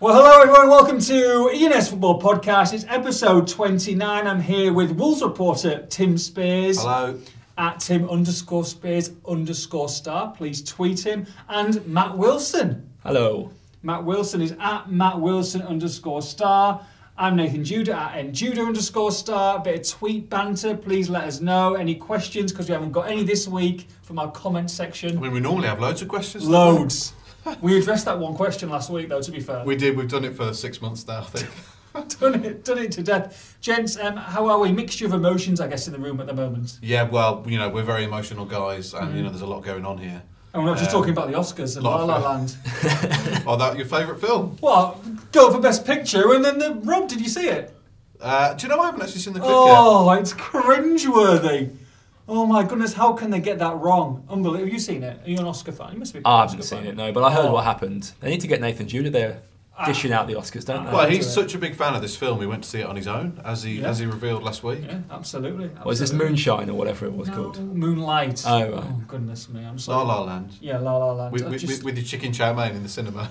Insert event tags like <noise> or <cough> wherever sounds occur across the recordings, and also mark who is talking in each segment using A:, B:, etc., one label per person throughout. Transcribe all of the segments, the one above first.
A: Well, hello everyone. Welcome to ENS Football Podcast. It's episode 29. I'm here with Wolves reporter Tim Spears
B: Hello.
A: at Tim underscore Spears underscore star. Please tweet him and Matt Wilson.
C: Hello.
A: Matt Wilson is at Matt Wilson underscore star. I'm Nathan Judah at njudah underscore star. bit of tweet banter. Please let us know any questions because we haven't got any this week from our comment
B: I
A: section.
B: mean, we normally have loads of questions.
A: Loads. We addressed that one question last week, though. To be fair,
B: We did. We've done it for six months now. I
A: <laughs>
B: think.
A: done it, done it to death, gents. Um, how are we? Mixture of emotions, I guess, in the room at the moment.
B: yeah. Well, you know, we're very emotional guys, and
A: Mm.
B: you know, there's a lot going on here.
A: And we're not just
B: Um,
A: talking about the Oscars and La
B: lot
A: La
B: of-
A: Land.
B: oh, that your favourite film?
A: What? Go for Best Picture, and then the Rob. Did you see it?
B: Uh, do you know I haven't actually seen the clip yet?
A: Oh, it's cringeworthy. Oh my goodness, how can they get that wrong? Unbelievable. Have you seen it? Are you an Oscar fan? You must be. an
C: I haven't
A: Oscar
C: seen
A: fan. Ah,
C: it, no, but I heard
A: Oh.
C: what happened. They need to get Nathan Judah there dishing out the Oscars, don't they?
B: Well,
A: he-
B: he's such a big fan of this film. He went to see it on his own, as he
A: Oh, Yeah.
B: as he revealed last week.
A: Yeah, absolutely.
C: was this
A: absolutely.
C: Moonshine or whatever it was called?
A: Moonlight?
C: Oh, right.
A: Oh, goodness me, I'm
B: La
A: sorry.
B: La Land.
A: Yeah, La La Land.
B: With,
A: I
B: with,
A: just-
B: with your chicken chow mein in
A: <laughs>
B: the cinema.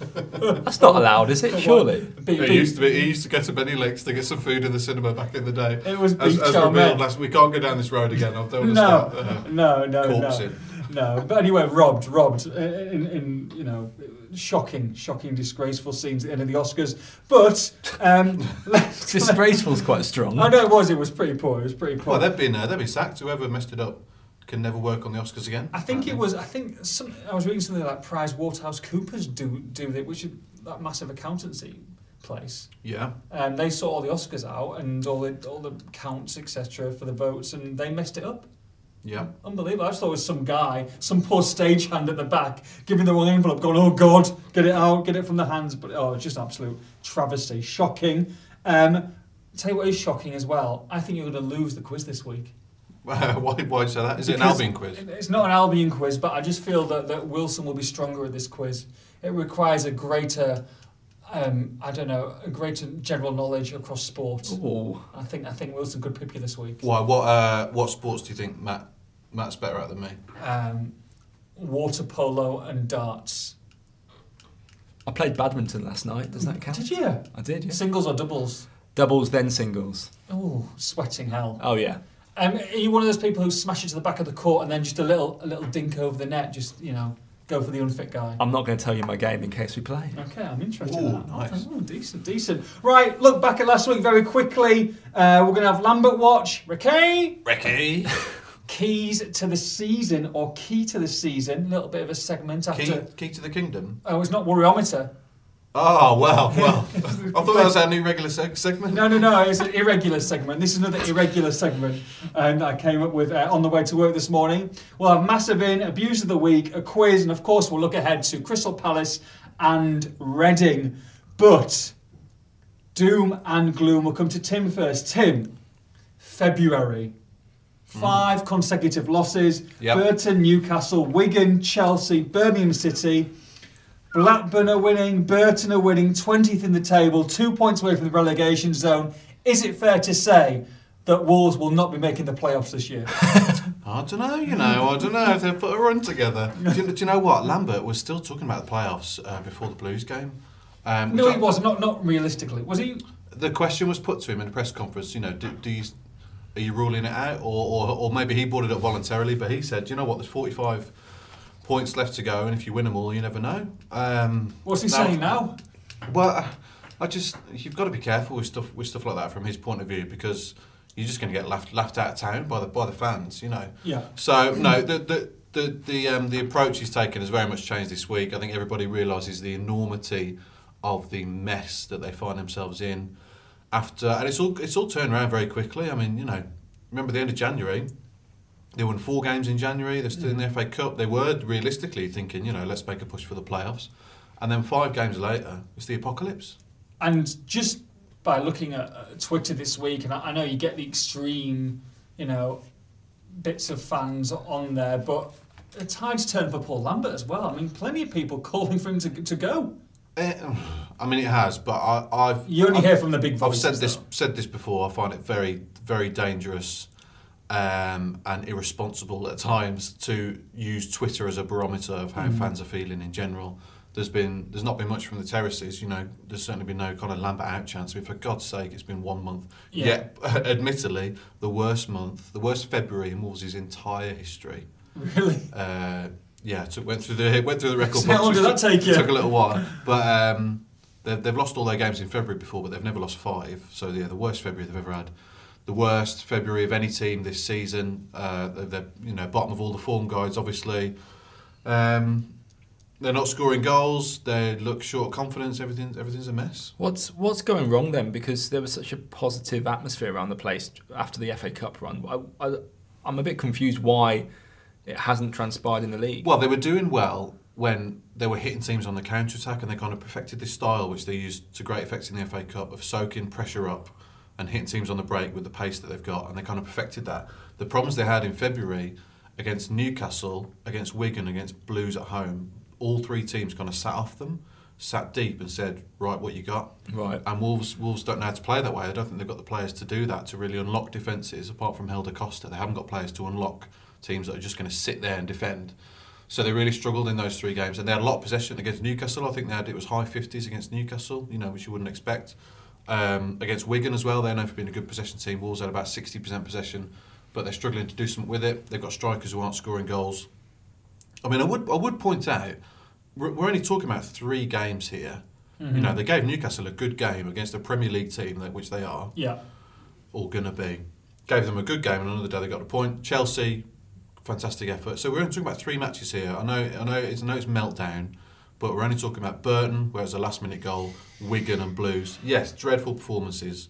C: That's not allowed, is it? Surely.
A: Beef-
B: It
A: beef-
B: used to be. He used to go to Benny Lakes to get some food in the cinema back in the day.
A: It was
B: As,
A: beef
B: as
A: chow mein.
B: revealed last, we can't go down this road again. I don't want to
A: No,
B: start uh,
A: no, no, no,
B: corpsing.
A: no. But anyway, robbed, robbed uh, in, in you know shocking, shocking, disgraceful scenes at the end of the Oscars. But um, <laughs> let's-
C: Disgraceful's quite strong.
A: I know it was. It was pretty poor. It was pretty poor.
B: Well, they've been uh, they've been sacked. Whoever messed it up can never work on the Oscars again. Uh,
A: I think it was. I think some, I was reading something like Price Waterhouse Coopers do do that, which is that massive accountancy place.
B: Yeah.
A: And they saw all the Oscars out and all the all the counts etc. for the votes, and they messed it up.
B: Yeah. <laughs>
A: Unbelievable. I just thought it was some guy, some poor stagehand at the back, giving the wrong envelope, going, oh God, get it out, get it from the hands. But oh, it's just absolute travesty. Shocking. Um, tell you what is shocking as well. I think you're going to lose the quiz this week.
B: why why say that? Is it an
A: Because
B: Albion quiz?
A: it- It's not an Albion quiz, but I just feel that, that Wilson will be stronger at this quiz. It requires a greater, um, I don't know, a greater general knowledge across sport.
C: Ooh.
A: I think I think Wilson could pip you this week.
B: Why? What uh, what sports do you think Matt Matt's better at than me?
A: Um, water polo and darts.
C: I played badminton last night. Does that count?
A: Did you?
C: I did, yeah.
A: Singles or doubles?
C: Doubles, then singles.
A: Oh, sweating hell.
C: Oh, yeah.
A: Um, are you one of those people who smash it to the back of the court and then just a little a little dink over the net, just, you know, go for the unfit guy?
C: I'm not going to tell you my game in case we play.
A: Okay, I'm interested. in
B: Ooh,
A: that.
B: nice.
A: Oh, decent, decent. Right, look back at last week very quickly. Uh, we're going to have Lambert watch. Ricky, <laughs>
B: Ricky.
A: keys to the season or key to the season. A little bit of a segment after.
B: Key, key to the kingdom.
A: Oh, it's not worryometer. <laughs>
B: Oh well, well. I thought that was our new regular seg- segment.
A: No, no, no. It's an irregular segment. This is another irregular segment um, that I came up with uh, on the way to work this morning. We'll have massive in abuse of the week, a quiz, and of course we'll look ahead to Crystal Palace and Reading. But doom and gloom. We'll come to Tim first. Tim, February. Five consecutive losses.
B: Yep.
A: Burton, Newcastle, Wigan, Chelsea, Birmingham City. Blackburn are winning, Burton are winning, 20th in the table, two points away from the relegation zone. Is it fair to say that Wolves will not be making the playoffs this year?
B: I don't know. You know, I don't know if they've put a run together. Do you, do you know what? Lambert was still talking about the playoffs uh, before the Blues game. Um,
A: no,
B: which
A: he
B: I-
A: wasn't. Not, not realistically. Was he?
B: the question was put to him in the press conference. You know, do, do you, are you ruling it out, or, or or maybe he brought it up voluntarily? But he said, you know what, there's 45 points left to go, and if you win them all, you never know. Um,
A: What's he
B: now-
A: saying now?
B: Well, I- I just you've got to be careful with stuff with stuff like that from his point of view because you're just going to get laughed laughed out of town by the by the fans. You know.
A: Yeah.
B: So no, the the the the, um, the approach he's taken has very much changed this week. I think everybody realises the enormity of the mess that they find themselves in after, and it's all it's all turned around very quickly. I mean, you know, remember the end of January. They won four games in January. They're still in the FA Cup. They were realistically thinking, you know, let's make a push for the playoffs. And then five games later, it's the apocalypse.
A: And just by looking at uh, Twitter this week, and I, I know you get the extreme, you know, bits of fans on there, but the tide's turned for Paul Lambert as well. I mean, plenty of people <laughs> calling for him to, to go.
B: Eh, I mean, it has, but I, I've
A: You only
B: I've,
A: hear from the big
B: I've
A: voices.
B: said this
A: though.
B: said this before. I find it very very dangerous um, and
A: Mm.
B: irresponsible at times to use Twitter as a barometer of how fans are feeling in general. There's been there's not been much from the terraces. You know, there's certainly been no kind of Lambert out chance. I mean, for God's sake, it's been one month.
A: Yeah.
B: Yet, <laughs> admittedly, the worst month, the worst February in Wolves' entire history.
A: Really?
B: Uh, yeah, took, went through the went through the record.
A: How
B: books,
A: long did
B: which
A: that take you?
B: Took a little while, but um, they've, they've lost all their games in February before, but they've never lost five. So yeah, the worst February they've ever had, the worst February of any team this season. Uh, they're, they're you know bottom of all the form guides, obviously. Um, they're not scoring goals. They look short of confidence. Everything everything's a mess.
C: What's what's going wrong then? Because there was such a positive atmosphere around the place after the FA Cup run. I, I, I'm a bit confused why it hasn't transpired in the league.
B: Well, they were doing well when they were hitting teams on the counter attack, and they kind of perfected this style, which they used to great effect in the FA Cup of soaking pressure up and hitting teams on the break with the pace that they've got, and they kind of perfected that. The problems they had in February against Newcastle, against Wigan, against Blues at home, all three teams kind of sat off them, sat deep, and said, "Right, what you got?"
C: Right.
B: And Wolves Wolves don't know how to play that way. I don't think they've got the players to do that to really unlock defences. Apart from Helder Costa, they haven't got players to unlock teams that are just going to sit there and defend. So they really struggled in those three games, and they had a lot of possession against Newcastle. I think they had it was high fifties against Newcastle, you know, which you wouldn't expect. Um, against Wigan as well, they're known for being a good possession team. Wolves had about sixty percent possession, but they're struggling to do something with it. They've got strikers who aren't scoring goals. I mean, I would I would point out we're, we're only talking about three games here. You know, they gave Newcastle a good game against a Premier League team, that, which they are
A: Yeah.
B: all gonna be. Gave them a good game, and another day they got a point. Chelsea, fantastic effort. So we're only talking about three matches here. I know, I know, it's, I know it's meltdown, but we're only talking about Burton, where it was a last-minute goal, Wigan and Blues. Yes, dreadful performances,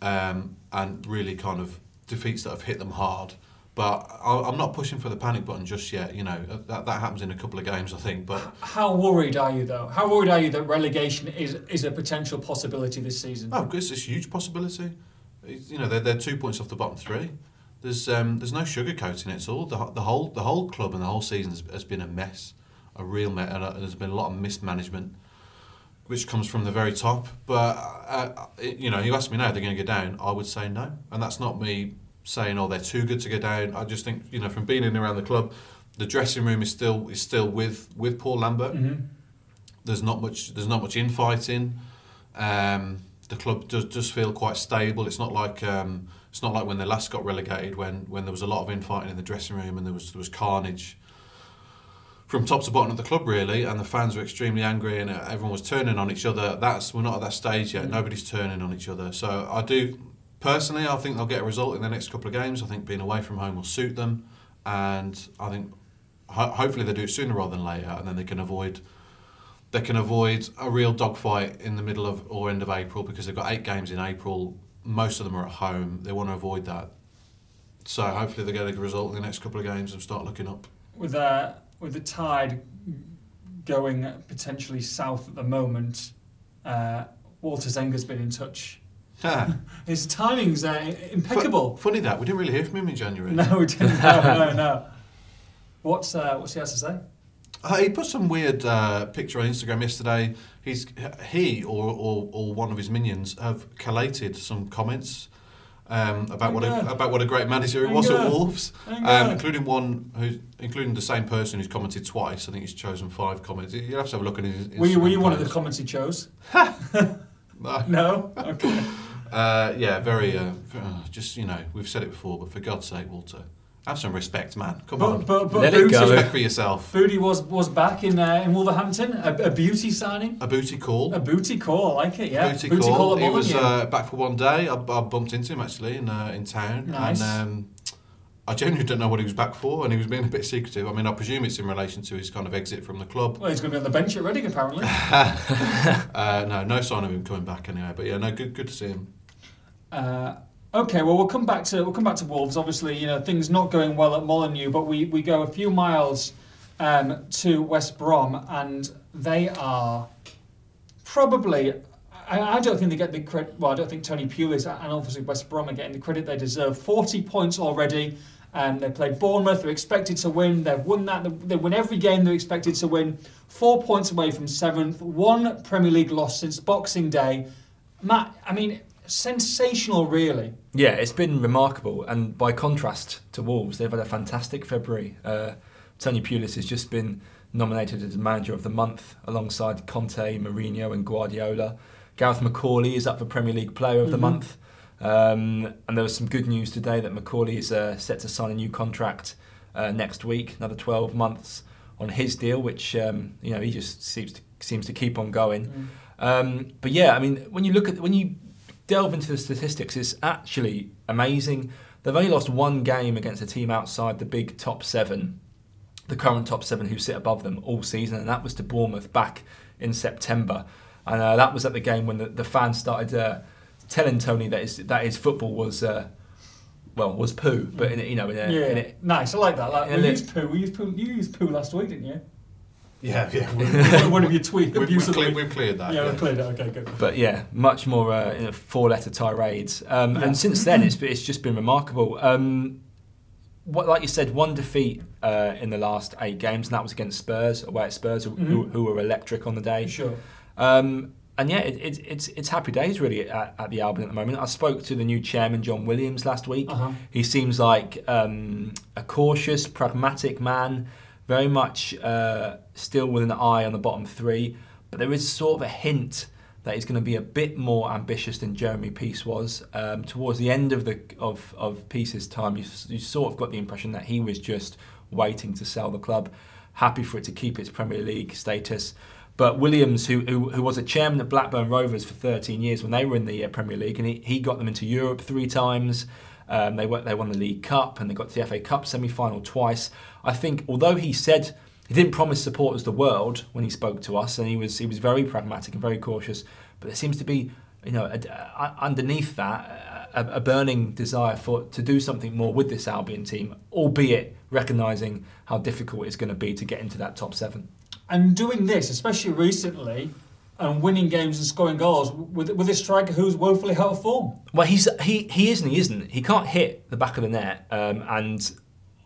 B: um, and really kind of defeats that have hit them hard. But I- I'm not pushing for the panic button just yet. You know that that happens in a couple of games, I think. But
A: How worried are you though? How worried are you that relegation is is a potential possibility this season?
B: Oh, it's, it's a huge possibility. It's, you know, they're, they're two points off the bottom three. There's um, there's no sugarcoating it at all. The, ho- the whole the whole club and the whole season has, has been a mess, a real mess, and uh, there's been a lot of mismanagement, which comes from the very top. But uh, uh, you know, you ask me now, they're going to go down. I would say no, and that's not me saying oh they're too good to go down. I just think you know from being in and around the club, the dressing room is still is still with with Paul Lambert there's not much there's not much infighting. Um, the club does does feel quite stable. It's not like um, it's not like when they last got relegated when when there was a lot of infighting in the dressing room and there was there was carnage from top to bottom of the club really and the fans were extremely angry and uh, everyone was turning on each other. That's we're not at that stage yet. Nobody's turning on each other. So I do personally I think they'll get a result in the next couple of games. I think being away from home will suit them and I think ho- hopefully they do it sooner rather than later and then they can avoid they can avoid a real dogfight in the middle of or end of April because they've got eight games in April. Most of them are at home. They want to avoid that. So hopefully they get a good result in the next couple of games and start looking up.
A: With uh, with the tide going potentially south at the moment, uh, Walter Zenger's been in touch.
B: Ha.
A: His timing's uh, impeccable.
B: Funny that we didn't really hear from him in January.
A: No, we didn't. No,
B: <laughs>
A: no, no. What's uh, what's he has to say?
B: Uh, he put some weird uh, picture on Instagram yesterday. He's he or, or or one of his minions have collated some comments um, about what
A: Anger.
B: a, about what a great manager he was
A: Anger.
B: at Wolves, um,
A: Anger.
B: including one who including the same person who's commented twice. I think he's chosen five comments. You'll have to have a look at his.
A: Were you, were
B: Instagram
A: you one of the
B: page.
A: comments he chose?
B: No.
A: No. Okay.
B: Uh, yeah, very. Uh, v- uh, just you know, we've said it before, but for God's sake, Walter, have some respect, man. <laughs> Come
A: But
B: on,
A: but, but
C: Let it
A: Booty-
C: go.
B: respect for yourself.
A: Booty was was back in uh, in Wolverhampton. A, a beauty signing.
B: A booty call.
A: A booty call, I like it, Um, yeah.
B: booty, call.
A: at
B: He was
A: Molyneux.
B: uh, back for one day. I, I bumped into him actually in uh, in town,
A: Nice.
B: and um, I genuinely don't know what he was back for, and he was being a bit secretive. I mean, I presume it's in relation to his kind of exit from the club.
A: Well, he's going to be on the bench at Reading, apparently.
B: <laughs> Uh, no, no sign of him coming back anyway. But yeah, no, good, good to see him.
A: Uh, okay, well we'll come back to we'll come back to Wolves. Obviously, you know things not going well at Molineux, but we we go a few miles um, to West Brom, and they are probably. I, I don't think they get the credit. Well, I don't think Tony Pulis and obviously West Brom are getting the credit they deserve. Forty points already. Um, they played Bournemouth. They're expected to win. They've won that. They win every game they're expected to win. Four points away from seventh. One Premier League loss since Boxing Day. Matt, I mean, sensational, really.
C: Yeah, it's been remarkable. And by contrast to Wolves, they've had a fantastic February. Uh, Tony Pulis has just been nominated as manager of the month alongside Conte, Mourinho, and Guardiola. Gareth McCauley is up for Premier League Player of the Month. Um, and there was some good news today that McCauley is uh, set to sign a new contract uh, next week, another 12 months on his deal, which um, you know he just seems to, seems to keep on going. Um, but yeah, I mean, when you look at when you delve into the statistics, it's actually amazing. They've only lost one game against a team outside the big top seven the current top seven who sit above them all season, and that was to Bournemouth back in September. And uh, that was at the game when the, the fans started uh, telling Tony that his, that his football was, uh, well, was poo, but in, a- you know, in a,
A: yeah,
C: in a,
A: nice. I like that. Like,
C: Yeah,
A: we
C: look.
A: used poo. We used poo. You used poo last week, didn't you?
B: Yeah, <laughs> yeah. we-
A: One- One of your tweets.
B: We've, we've, cle- we've cleared that.
A: yeah,
B: yeah.
A: we played it. Okay, good.
C: but yeah, much more uh, in a four-letter tirades. Um,
A: Yeah.
C: And since then, it's it's just been remarkable. Um, what, like you said, one defeat uh, in the last eight games, and that was against Spurs, away at Spurs, who, who, who were electric on the day.
A: Sure.
C: Um, and yeah, it, it's it's it's happy days really at, at the Albion at the moment. I spoke to the new chairman John Williams last week.
A: Uh-huh.
C: He seems like um, a cautious, pragmatic man, very much uh, still with an eye on the bottom three. But there is sort of a hint that he's going to be a bit more ambitious than Jeremy Peace was. Um, towards the end of the of, of Peace's time, you, s- you sort of got the impression that he was just waiting to sell the club, happy for it to keep its Premier League status. But Williams, who, who, who was a chairman at Blackburn Rovers for 13 years when they were in the uh, Premier League, and he, he got them into Europe three times. Um, they, won- they won the League Cup and they got to the FA Cup semi final twice. I think, although he said he didn't promise supporters the world when he spoke to us, and he was, he was very pragmatic and very cautious, but there seems to be, you know, a, a- underneath that, a, a burning desire for to do something more with this Albion team, albeit recognising how difficult it's going to be to get into that top seven.
A: And doing this, especially recently, and winning games and scoring goals with with this striker who's woefully out of form.
C: Well, he's he he is and he isn't. He can't hit the back of the net, um, and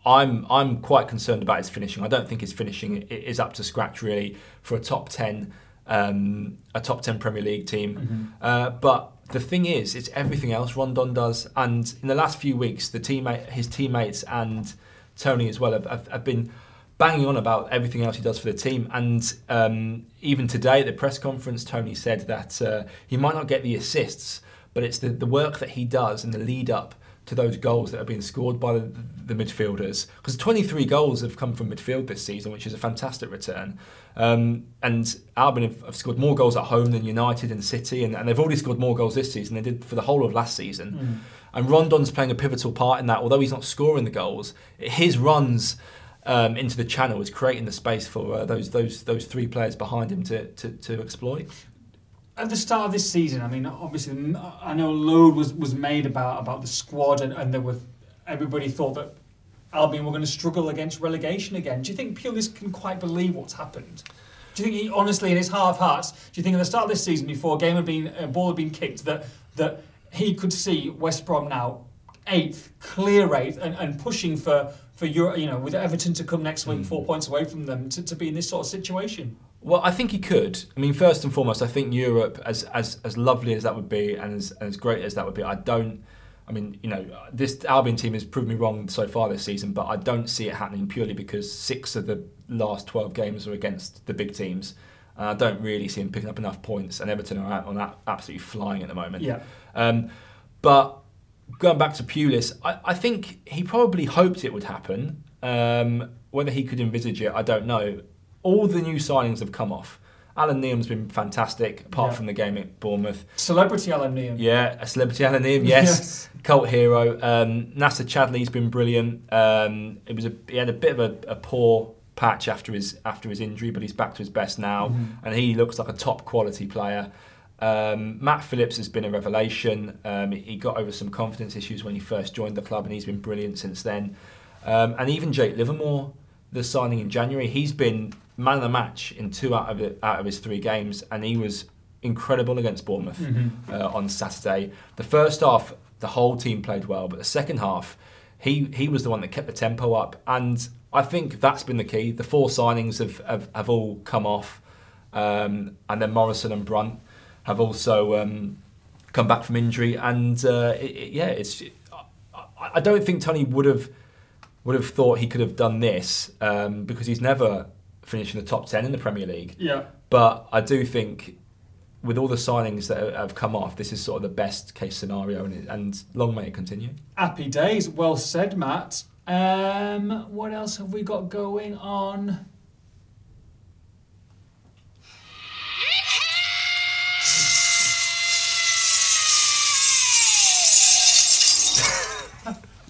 C: I'm I'm quite concerned about his finishing. I don't think his finishing i- is up to scratch really for a top ten um, a top ten Premier League team. Uh, but the thing is, it's everything else Rondon does, and in the last few weeks, the teammate his teammates and Tony as well have, have, have been banging on about everything else he does for the team. And um, even today at the press conference, Tony said that uh, he might not get the assists, but it's the, the work that he does and the lead up to those goals that are being scored by the, the midfielders. Because 23 goals have come from midfield this season, which is a fantastic return. Um, and Albion have, have scored more goals at home than United and City, and, and they've already scored more goals this season than they did for the whole of last season.
A: Mm.
C: And Rondon's playing a pivotal part in that, although he's not scoring the goals, his runs um, into the channel is creating the space for uh, those those those three players behind him to, to, to exploit.
A: at the start of this season, I mean, obviously, m- I know a load was, was made about about the squad, and, and there were everybody thought that Albion were going to struggle against relegation again. Do you think Pulis can quite believe what's happened? Do you think, he, honestly, in his heart of hearts, do you think at the start of this season, before a game had been a ball had been kicked, that that he could see West Brom now eighth, clear eighth, and, and pushing for for Euro, you know, with Everton to come next
C: Mm.
A: week, four points away from them, to, to be in this sort of situation?
C: Well, I think he could. I mean, first and foremost, I think Europe, as as, as lovely as that would be, and as, as great as that would be, I don't. I mean, you know, this Albion team has proved me wrong so far this season, but I don't see it happening purely because six of the last twelve games are against the big teams. And I don't really see him picking up enough points, and Everton are out on that absolutely flying at the moment.
A: Yeah.
C: Um, but going back to Pulis, I, I think he probably hoped it would happen. Um, whether he could envisage it, I don't know. All the new signings have come off. Alan Neum's been fantastic, apart
A: Yeah.
C: from the game at Bournemouth.
A: Celebrity Alan Neum.
C: Yeah, a celebrity Alan
A: <laughs>
C: Neum, yes. <laughs> Cult hero. Um, NASA Chadley's been brilliant. Um, it was a, he had a bit of a, a poor patch after his after his injury, but he's back to his best now, and he looks like a top quality player. Um, Matt Phillips has been a revelation. Um, he got over some confidence issues when he first joined the club, and he's been brilliant since then. Um, and even Jake Livermore, the signing in January, he's been man of the match in two out of the, out of his three games, and he was incredible against Bournemouth uh, on Saturday. The first half, the whole team played well, but the second half, he he was the one that kept the tempo up, and I think that's been the key. The four signings have have, have all come off, um, and then Morrison and Brunt have also um, come back from injury, and uh, it, it- yeah, it's. I, I don't think Tony would have would have thought he could have done this um, because he's never finish in the top 10 in the Premier League.
A: Yeah.
C: But I do think with all the signings that have come off, this is sort of the best case scenario, and, it, and long may it continue.
A: Happy days. Well said, Matt. Um, what else have we got going on? <laughs>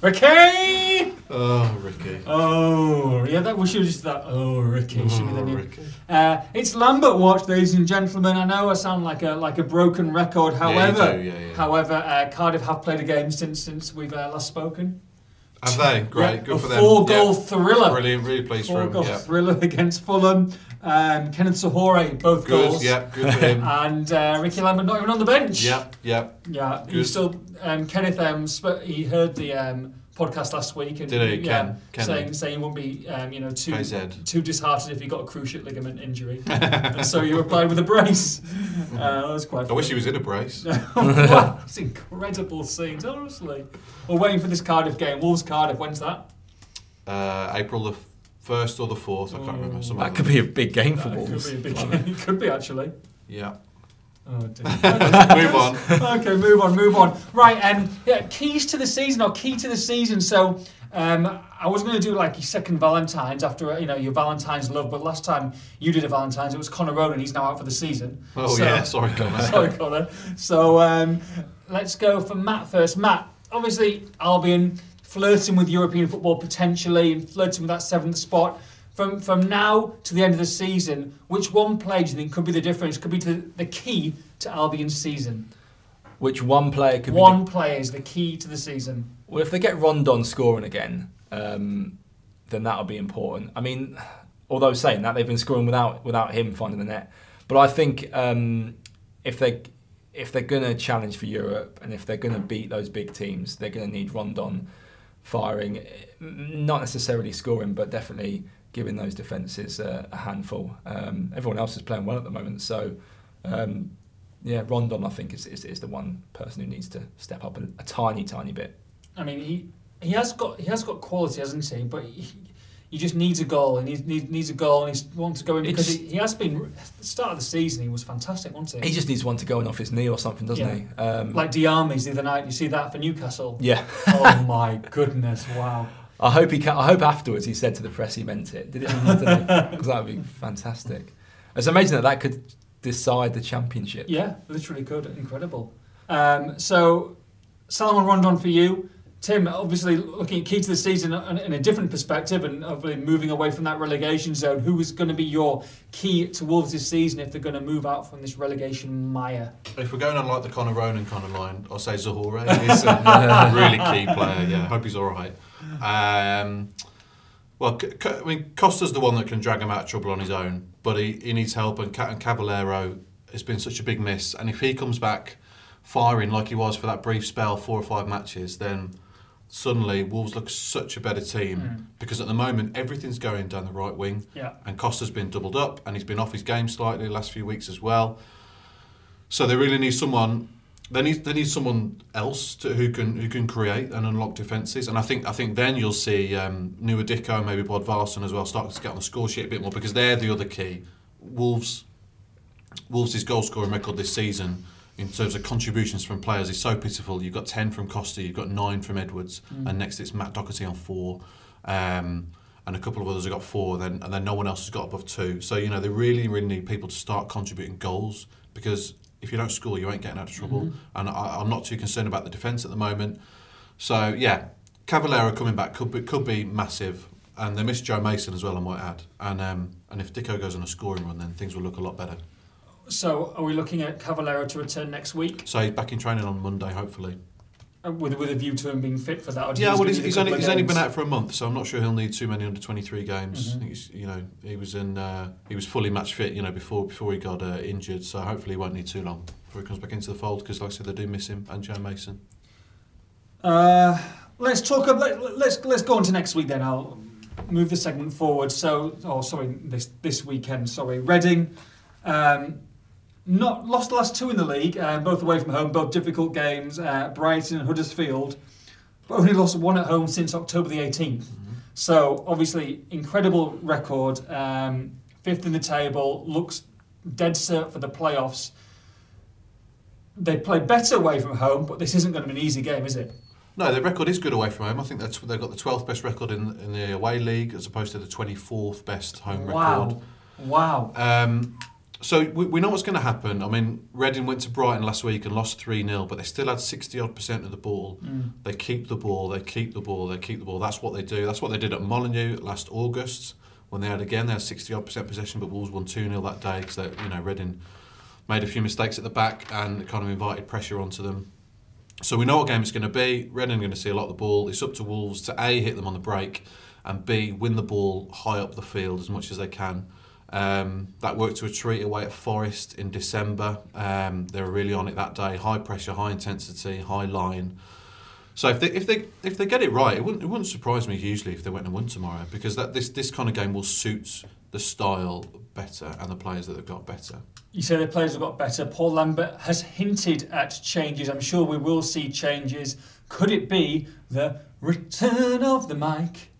A: Ricky!
B: Oh, Ricky.
A: Oh, yeah, that was just that. Oh, Ricky. shouldn't
B: Oh,
A: it?
B: Ricky.
A: Uh, it's Lambert Watch, ladies and gentlemen. I know I sound like a like a broken record.
B: Yeah, you
A: However,
B: do, yeah, yeah.
A: however, uh, Cardiff have played a game since since we've uh, last spoken.
B: Have they? Great.
A: Yeah, a
B: Good for them.
A: Four-goal
B: Yeah.
A: thriller.
B: Brilliant. Really pleased for
A: Four
B: him.
A: goal
B: Yeah.
A: thriller <laughs> against Fulham. Um, Kenneth Sahore, both
B: Good.
A: goals.
B: Yeah. Good
A: <laughs>
B: for him.
A: And uh, Ricky Lambert not even on the bench.
B: Yep. Yep.
A: Yeah, he
B: Good.
A: still um, Kenneth. Um, sp- he heard the um, podcast last week and
B: Did he?
A: yeah,
B: Ken- Ken
A: saying
B: did.
A: saying he wouldn't be um, you know too
B: KZ.
A: too disheartened if he got a cruciate ligament
B: <laughs>
A: injury, and so you replied with a brace. Uh, that was quite.
B: I wish he was in a brace.
A: wow, it's incredible scenes, honestly. We're waiting for this Cardiff game. Wolves Cardiff. When's that?
B: Uh, April the first or the fourth. I can't remember. Something
C: That
B: like
C: could be a big game for
A: That
C: Wolves.
A: Could be a big <laughs> game. It could be actually.
B: Yeah.
A: Oh dear.
C: <laughs>
B: Move on.
A: okay, move on, move on. Right, um, yeah, keys to the season or key to the season. So, um, I was going to do like your second Valentine's after you know your Valentine's love, but last time you did a Valentine's, it was Connor Ronan. He's now out for the season.
B: Oh
A: So-
B: yeah. Sorry,
A: <laughs>
B: Connor.
A: sorry, Connor. So um, let's go for Matt first. Matt, obviously Albion flirting with European football potentially and flirting with that seventh spot. From from now to the end of the season, which one play do you think could be the difference? Could be the, the key to Albion's season.
C: Which one player could be.
A: One player is the key to the season.
C: Well, if they get Rondon scoring again, um, then that'll be important. I mean, although saying that they've been scoring without without him finding the net, but I think um, if they if they're going to challenge for Europe and if they're going to beat those big teams, they're going to need Rondon firing, not necessarily scoring, but definitely giving those defences a, a handful. Um, everyone else is playing well at the moment, so. Um, yeah, Rondon, I think, is, is, is the one person who needs to step up a, a tiny, tiny bit.
A: I mean, he he has got he has got quality, hasn't he? But he, he just needs a goal. He needs, needs, needs a goal, and he wants to go in
C: It
A: because
C: just-
A: he, he has been. At the start of the season, he was fantastic, wasn't
C: He just needs one to go in off his knee or something, doesn't
A: Yeah.
C: he? Um,
A: like Diarmi's the other night. You see that for
C: <laughs>
A: Newcastle.
C: yeah.
A: oh my goodness! Wow.
C: I hope he. Can, I hope afterwards he said to the press he meant it. Did it?
A: <laughs>
C: Because that would be fantastic. It's amazing that that could decide the championship.
A: Yeah, literally good. Incredible. Um, so, Salomon Rondon for you. Tim, obviously looking at key to the season in, in a different perspective and obviously moving away from that relegation zone, who is going to be your key to Wolves this season if they're going to move out from this relegation mire?
B: If we're going on like the Conor Ronan kind of line, I'll say Zahora. He's a <laughs> really key player. Yeah, hope he's all right. Um, well, C- C- I mean, Costa's the one that can drag him out of trouble on his own, but he, he needs help. And, Ca- and Cavallero has been such a big miss. And if he comes back firing like he was for that brief spell, four or five matches, then suddenly Wolves look such a better team because at the moment everything's going down the right wing.
A: Yeah.
B: And Costa's been doubled up and he's been off his game slightly the last few weeks as well. So they really need someone. They need they need someone else to, who can who can create and unlock defenses. And I think I think then you'll see um, Nuadico and maybe Bodvarsson as well start to get on the score sheet a bit more because they're the other key. Wolves Wolves' goal scoring record this season in terms of contributions from players is so pitiful. You've got 10 from Costa, you've got 9 from Edwards, and next it's Matt Doherty on 4. Um, and a couple of others have got 4, then, and then no one else has got above 2. So, you know, they really, really need people to start contributing goals because if you don't score, you ain't getting out of trouble. And I, I'm not too concerned about the defence at the moment. So, yeah, Cavallero coming back could be, could be massive. And they missed Joe Mason as well, I might add. And um, and if Dicko goes on a scoring run, then things will look a lot better.
A: So, are we looking at Cavallero to return next week
B: So he's back in training on Monday, hopefully.
A: uh, with, with a view to him being fit for that? Or do you
B: Yeah,
A: think
B: well, he's,
A: gonna need
B: he's
A: a
B: only
A: couple
B: he's
A: of
B: only been
A: games? Mm-hmm.
B: out for a month, so I'm not sure he'll need too many under 23 games. I think he's, you know, he was in uh, he was fully match fit, you know, before before he got uh, injured. So hopefully he won't need too long before he comes back into the fold. Because like I said, they do miss him and Joe Mason.
A: Uh, let's talk about let, let's let's go on to next week then. I'll move the segment forward. So, oh, sorry, this this weekend. Sorry, Reading. Um, not lost the last two in the league, uh, both away from home, both difficult games. Uh, Brighton and Huddersfield, but only lost one at Mm-hmm. home since October the 18th. So obviously, incredible record. Um, fifth in the table, looks dead cert for the playoffs. They play better away from home, but this isn't going to be an easy game, is it?
B: No, their record is good away from home. I think that's they've got the 12th best record in, in the away league as opposed to the 24th best home record.
A: Wow. Wow.
B: Um, so we, we know what's going to happen. I mean, Reading went to Brighton last week and lost 3 0, but they still had 60 odd percent of the ball. They keep the ball, they keep the ball, they keep the ball. That's what they do. That's what they did at Molyneux last August when they had again, they had 60 odd percent possession, but Wolves won 2 0 that day because, you know, Reading made a few mistakes at the back and it kind of invited pressure onto them. So we know what game it's going to be. Reading are going to see a lot of the ball. It's up to Wolves to A, hit them on the break, and B, win the ball high up the field as much as they can. Um, that worked to a treat away at Forest in December. Um, they were really on it that day. High pressure, high intensity, high line. So if they if they if they get it right, it wouldn't it wouldn't surprise me hugely if they went and won tomorrow because that this this kind of game will suit the style better and the players that they've got better.
A: You say the players have got better. Paul Lambert has hinted at changes. I'm sure we will see changes. Could it be the return of the mic?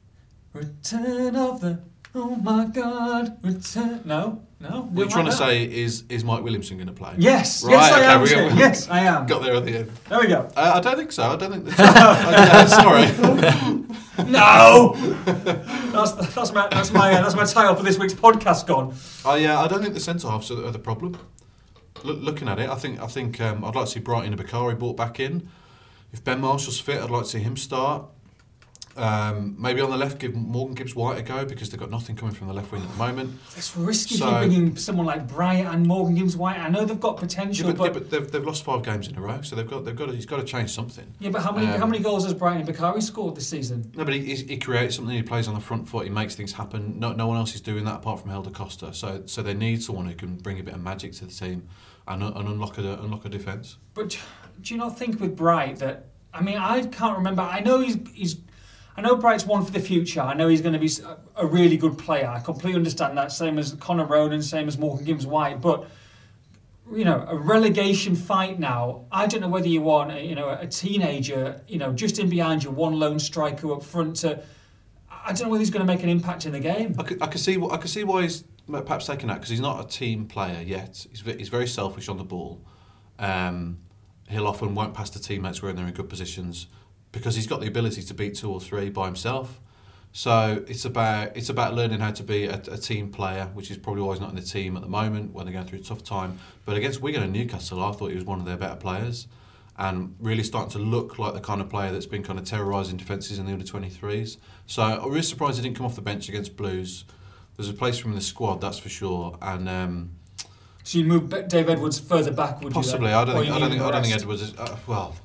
A: Return of the. Oh my God! Return. No, no.
B: What you're
A: no,
B: trying
A: no.
B: to say is is Mike Williamson going to play?
A: Yes.
B: Right,
A: yes, I
B: okay,
A: am.
B: we
A: Tim.
B: got-
A: yes, I am.
B: <laughs> Got there at the end.
A: There we
B: <laughs>
A: go.
B: Uh, I don't think so. I don't think. That's, <laughs>
A: <laughs>
B: uh,
A: No. that's that's my that's my uh, that's my title for this week's podcast. Gone.
B: sorry. I uh, I don't think the centre halves are, are the problem. Look, looking at it, I think I think um, I'd like to see Brighton and Bakari brought back in. If Ben Marshall's fit, I'd like to see him start. Um, maybe on the left, give Morgan Gibbs White a go because they've got nothing coming from the left wing at the moment.
A: It's risky
B: So-
A: for bringing someone like Bryant and Morgan Gibbs White. I know they've got potential,
B: Yeah, but, yeah,
A: but,
B: but they've, they've lost five games in a row, so they've got they've got to, he's got to change something.
A: yeah, but how many
B: Um,
A: how many goals has Brian Bakari scored this season?
B: No, but he, he's- he creates something. He plays on the front foot. He makes things happen. No, no one else is doing that apart from Helder Costa. So, so they need someone who can bring a bit of magic to the team and, un- and unlock a unlock a defense.
A: But do- do you not think with Bright that I mean I can't remember. I know he's he's I know Bright's one for the future. I know he's going to be s- a- a really good player. I completely understand that. Same as Connor Ronan, same as Morgan Gibbs White, but. You know, a relegation fight now. I don't know whether you want, a, you know, a teenager, you know, just in behind you, one lone striker up front. To, I don't know whether he's going to make an impact in the game.
B: I could, I could see wh- I could see why he's perhaps taken that because he's not a team player yet. He's ve- he's very selfish on the ball. Um, he'll often won't pass to teammates when they're in good positions because he's got the ability to beat two or three by himself. So it's about it's about learning how to be a, a team player, which is probably why he's not in the team at the moment when they're going through a tough time. But against Wigan and Newcastle, I thought he was one of their better players, and really starting to look like the kind of player that's been kind of terrorising defences in the under twenty threes. So I'm really surprised he didn't come off the bench against Blues. There's a place for him in the squad, that's for sure, and. Um,
A: So you move Be- Dave Edwards further back, would
B: Possibly.
A: you?
B: I don't
A: Or
B: think.
A: you
B: I
A: need
B: don't think.
A: him a
B: I don't think
A: rest?
B: Edwards is. Uh, well,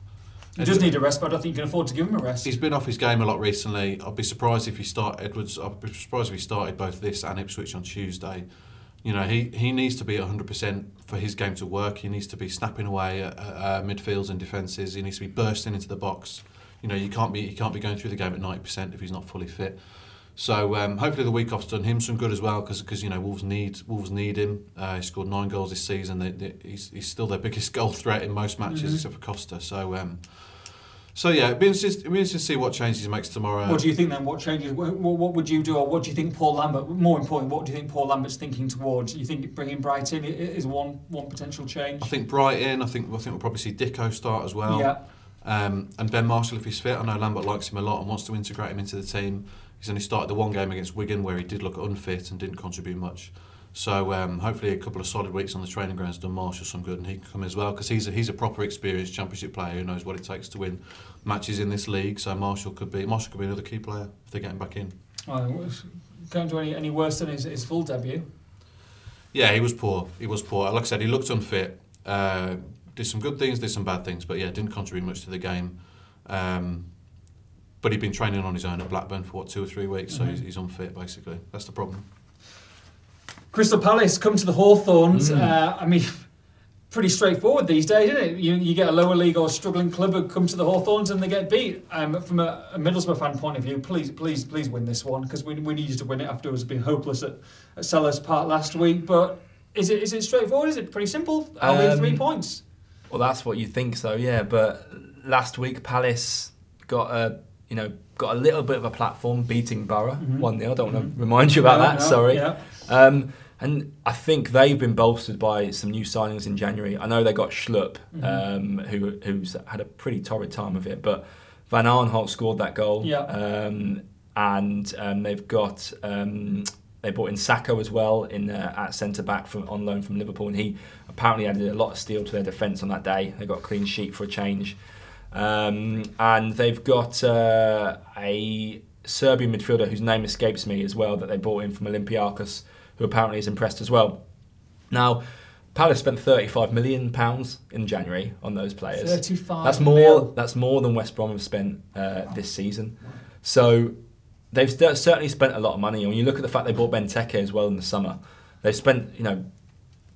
A: He does need a rest, but I don't think you can afford to give him a rest.
B: he's been off his game a lot recently. I'd be surprised if he start Edwards. I'd be surprised if he started both this and Ipswich on Tuesday. You know, he, he needs to be 100% for his game to work. He needs to be snapping away at, at, uh, midfields and defences. He needs to be bursting into the box. You know, you can't be he can't be going through the game at 90% if he's not fully fit. So um, hopefully the week off's done him some good as well because you know Wolves need Wolves need him. Uh, he scored nine goals this season. They, they, he's, he's still their <laughs> biggest goal threat in most matches except for Costa. So um, so yeah, it'd be interesting, it'd be interesting to see what changes he makes tomorrow.
A: What do you think then? What changes? What, what would you do, or what do you think Paul Lambert? More importantly, what do you think Paul Lambert's thinking towards? You think bringing Bright in i- i- is one one potential change?
B: I think Brighton. I think I think we'll probably see Dicko start as well.
A: yeah,
B: Um, and Ben Marshall, if he's fit, I know Lambert likes him a lot and wants to integrate him into the team. He's only started the one game against Wigan where he did look unfit and didn't contribute much. So um, hopefully a couple of solid weeks on the training grounds done Marshall some good and he can come as well because he's a, he's a proper experienced Championship player who knows what it takes to win matches in this league. So Marshall could be Marshall could be another key player if they get him back in.
A: well, it was- can't do any, any worse than his, his full debut.
B: Yeah, he was poor. He was poor. Like I said, he looked unfit. Uh, did some good things, did some bad things, but yeah, didn't contribute much to the game. Um, but he'd been training on his own at Blackburn for what two or three weeks, so
A: Mhm.
B: he's, he's unfit basically. That's the problem.
A: Crystal Palace come to the Hawthorns.
C: Mm.
A: Uh, I mean, <laughs> pretty straightforward these days, isn't it? You, you get a lower league or struggling club who come to the Hawthorns and they get beat. Um, from a, a Middlesbrough fan point of view, please, please, please win this one because we, we needed to win it after us being hopeless at, at Sellers Park last week. But is it is it straightforward? Is it pretty simple? Only
C: Um,
A: three points.
C: Well, that's what you think, so yeah. But last week, Palace got a you know got a little bit of a platform, beating Borough one 0 I don't want to remind you about
A: Mm-hmm. No,
C: that.
A: no,
C: sorry.
A: yeah.
C: Um, And I think they've been bolstered by some new signings in January. I know they got Schlupp, um, who who's had a pretty torrid time of it, but Van Arnholt scored that goal.
A: Yeah.
C: Um, and um, they've got um, they brought in Sacco as well in uh, at centre back from on loan from Liverpool, and he apparently added a lot of steel to their defence on that day. They got a clean sheet for a change, um, and they've got uh, a Serbian midfielder whose name escapes me as well that they brought in from Olympiacos, who apparently is impressed as well. Now. Palace spent 35 million pounds in January on those players.
A: 35
C: That's more
A: mil.
C: that's more than West Brom have spent uh, this season. So they've st- certainly spent a lot of money. And when you look at the fact they bought Benteke as well in the summer, they've spent you know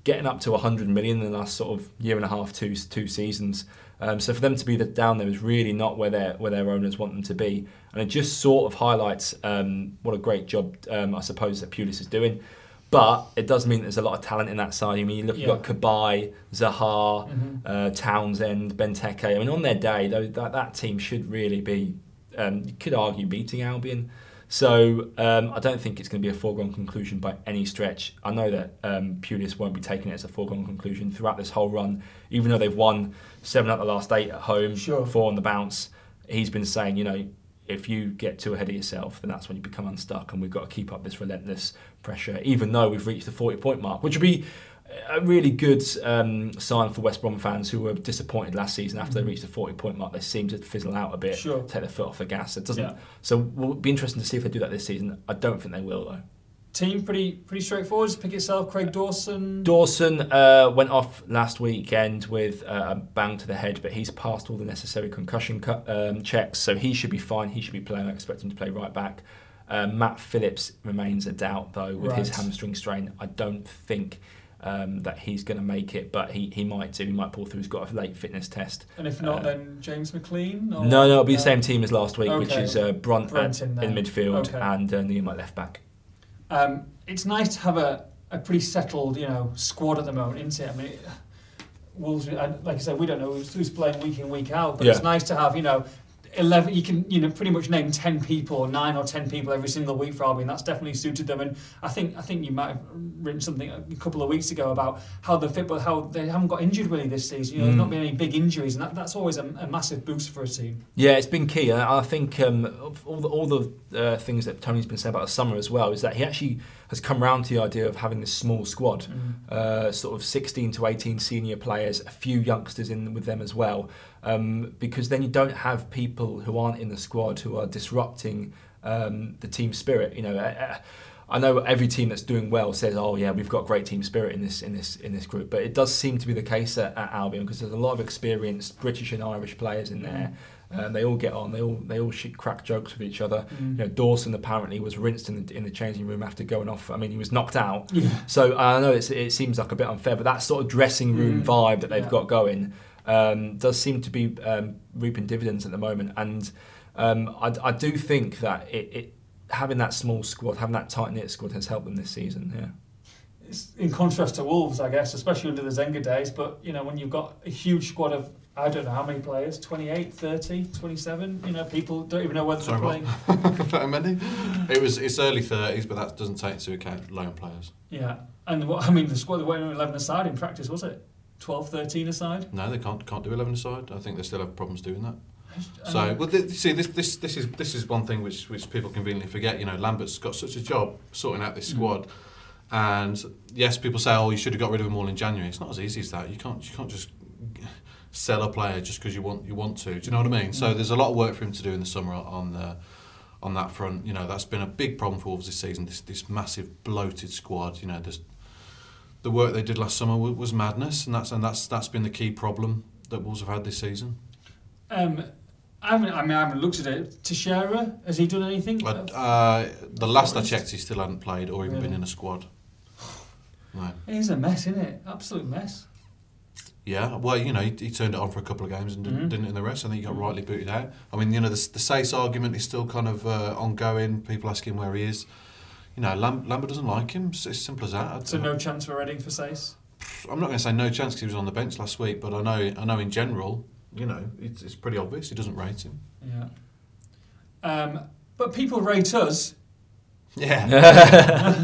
C: getting up to 100 million in the last sort of year and a half, two two seasons. Um, so for them to be that down there is really not where their where their owners want them to be, and it just sort of highlights um, what a great job um, I suppose that Pulis is doing. But it does mean there's a lot of talent in that side. I mean, you look, you've got
A: Yeah.
C: Kabay, Zaha, uh, Townsend, Benteke. I mean, on their day, though, that, that team should really be, um, you could argue, beating Albion. So um, I don't think it's going to be a foregone conclusion by any stretch. I know that um, Pulis won't be taking it as a foregone conclusion throughout this whole run, even though they've won seven out of the last eight at home,
A: Sure.
C: four on the bounce. He's been saying, you know, if you get too ahead of yourself, then that's when you become unstuck, and we've got to keep up this relentless pressure, even though we've reached the 40 point mark, which would be a really good um, sign for West Brom fans who were disappointed last season after they reached the 40 point mark. They seemed to fizzle out a bit,
A: Mm-hmm. Sure.
C: take their foot off the gas. It doesn't.
A: Yeah.
C: So it'll be interesting to see if they do that this season. I don't think they will, though.
A: Team pretty pretty straightforward. Just pick itself. Craig Dawson.
C: Dawson uh, went off last weekend with uh, a bang to the head, but he's passed all the necessary concussion cu- um, checks, so he should be fine. He should be playing. I expect him to play right back. Uh, Matt Phillips remains a doubt, though, with his
A: Right.
C: hamstring strain. I don't think um, that he's going to make it, but he, he might do. He might pull through. He's got a late fitness test.
A: and if not,
C: uh,
A: then James McLean. Or,
C: No, no, it'll be the same team as last week, which
A: Okay.
C: is uh, Brunt,
A: Brunt
C: at,
A: in
C: in,
A: there.
C: midfield
A: Okay.
C: and uh, Nehemiah at left back.
A: Um, it's nice to have a, a pretty settled, you know, squad at the moment, isn't it? I mean, Wolves, I- like I said, we don't know who's, who's playing week in, week out, but it's
C: Yeah.
A: nice to have, you know, 11, you can, you know, pretty much name 10 people or 9 or 10 people every single week for Albion. That's definitely suited them. And I think I think you might have written something a couple of weeks ago about how the fit, but how they haven't got injured really this season. You know, there's not been any big injuries, and that, that's always a, a massive boost for a team.
C: Yeah, it's been key. And I think um, of all the, all the uh, things that Tony's been saying about the summer as well is that he actually has come round to the idea of having this small squad, uh, sort of 16 to 18 senior players, a few youngsters in with them as well, um, because then you don't have people who aren't in the squad who are disrupting um, the team spirit. You know, uh, I know every team that's doing well says, "Oh yeah, we've got great team spirit in this in this in this group," but it does seem to be the case at, at Albion because there's a lot of experienced British and Irish players in there. Uh, they all get on. They all they all shit, crack jokes with each other.
A: Mm.
C: You know, Dawson apparently was rinsed in the, in the changing room after going off. I mean, he was knocked out. So I know it's, it seems like a bit unfair, but that sort of dressing room vibe that they've
A: Yeah.
C: got going um, does seem to be um, reaping dividends at the moment. And um, I, I do think that it, it having that small squad, having that tight knit squad, has helped them this season. Yeah.
A: it's in contrast to Wolves, I guess, especially under the Zenga days. But, you know, when you've got a huge squad of, I don't know how many players, 28, 30, 27, you know, people don't even know whether
B: Sorry,
A: they're
B: what?
A: playing.
B: How many? <laughs> It was it's early thirties, but that doesn't take into account loan players.
A: Yeah. And what, I mean, the squad, they weren't 11 aside in practice, was it? 12, 13 aside?
B: No, they can't can't do eleven aside. I think they still have problems doing that.
A: I
B: So,
A: mean,
B: well, th- see, this this this is this is one thing which which people conveniently forget. You know, Lambert's got such a job sorting out this squad, and yes, people say, oh, you should have got rid of them all in January. It's not as easy as that. You can't you can't just sell a player just because you want you want to. Do you know what I mean? So there's a lot of work for him to do in the summer on the on that front. You know, that's been a big problem for Wolves this season. This this massive bloated squad. You know, there's the work they did last summer was, was madness, and that's and that's that's been the key problem that Wolves have had this season.
A: um, I, haven't, I mean, I haven't looked at it. Teixeira, has he done anything?
B: I, uh, the last I
A: Forest.
B: checked, he still hadn't played or even been
A: Really?
B: in a squad. No.
A: He's a mess, isn't it? Absolute mess.
B: Yeah, well, you know, he, he turned it on for a couple of games and didn't,
A: Mhm.
B: didn't in the rest. I think he got rightly booted out. I mean, you know, the, the Sace argument is still kind of uh, ongoing. People asking where he is. You know, Lam- Lambert doesn't like him. It's as simple as that. I-
A: So no chance for Reading for Sace?
B: I'm not going to say no chance because he was on the bench last week, but I know, I know in general, you know, it's, it's pretty obvious he doesn't rate him.
A: Yeah. Um, but people rate us.
B: <laughs> Yeah.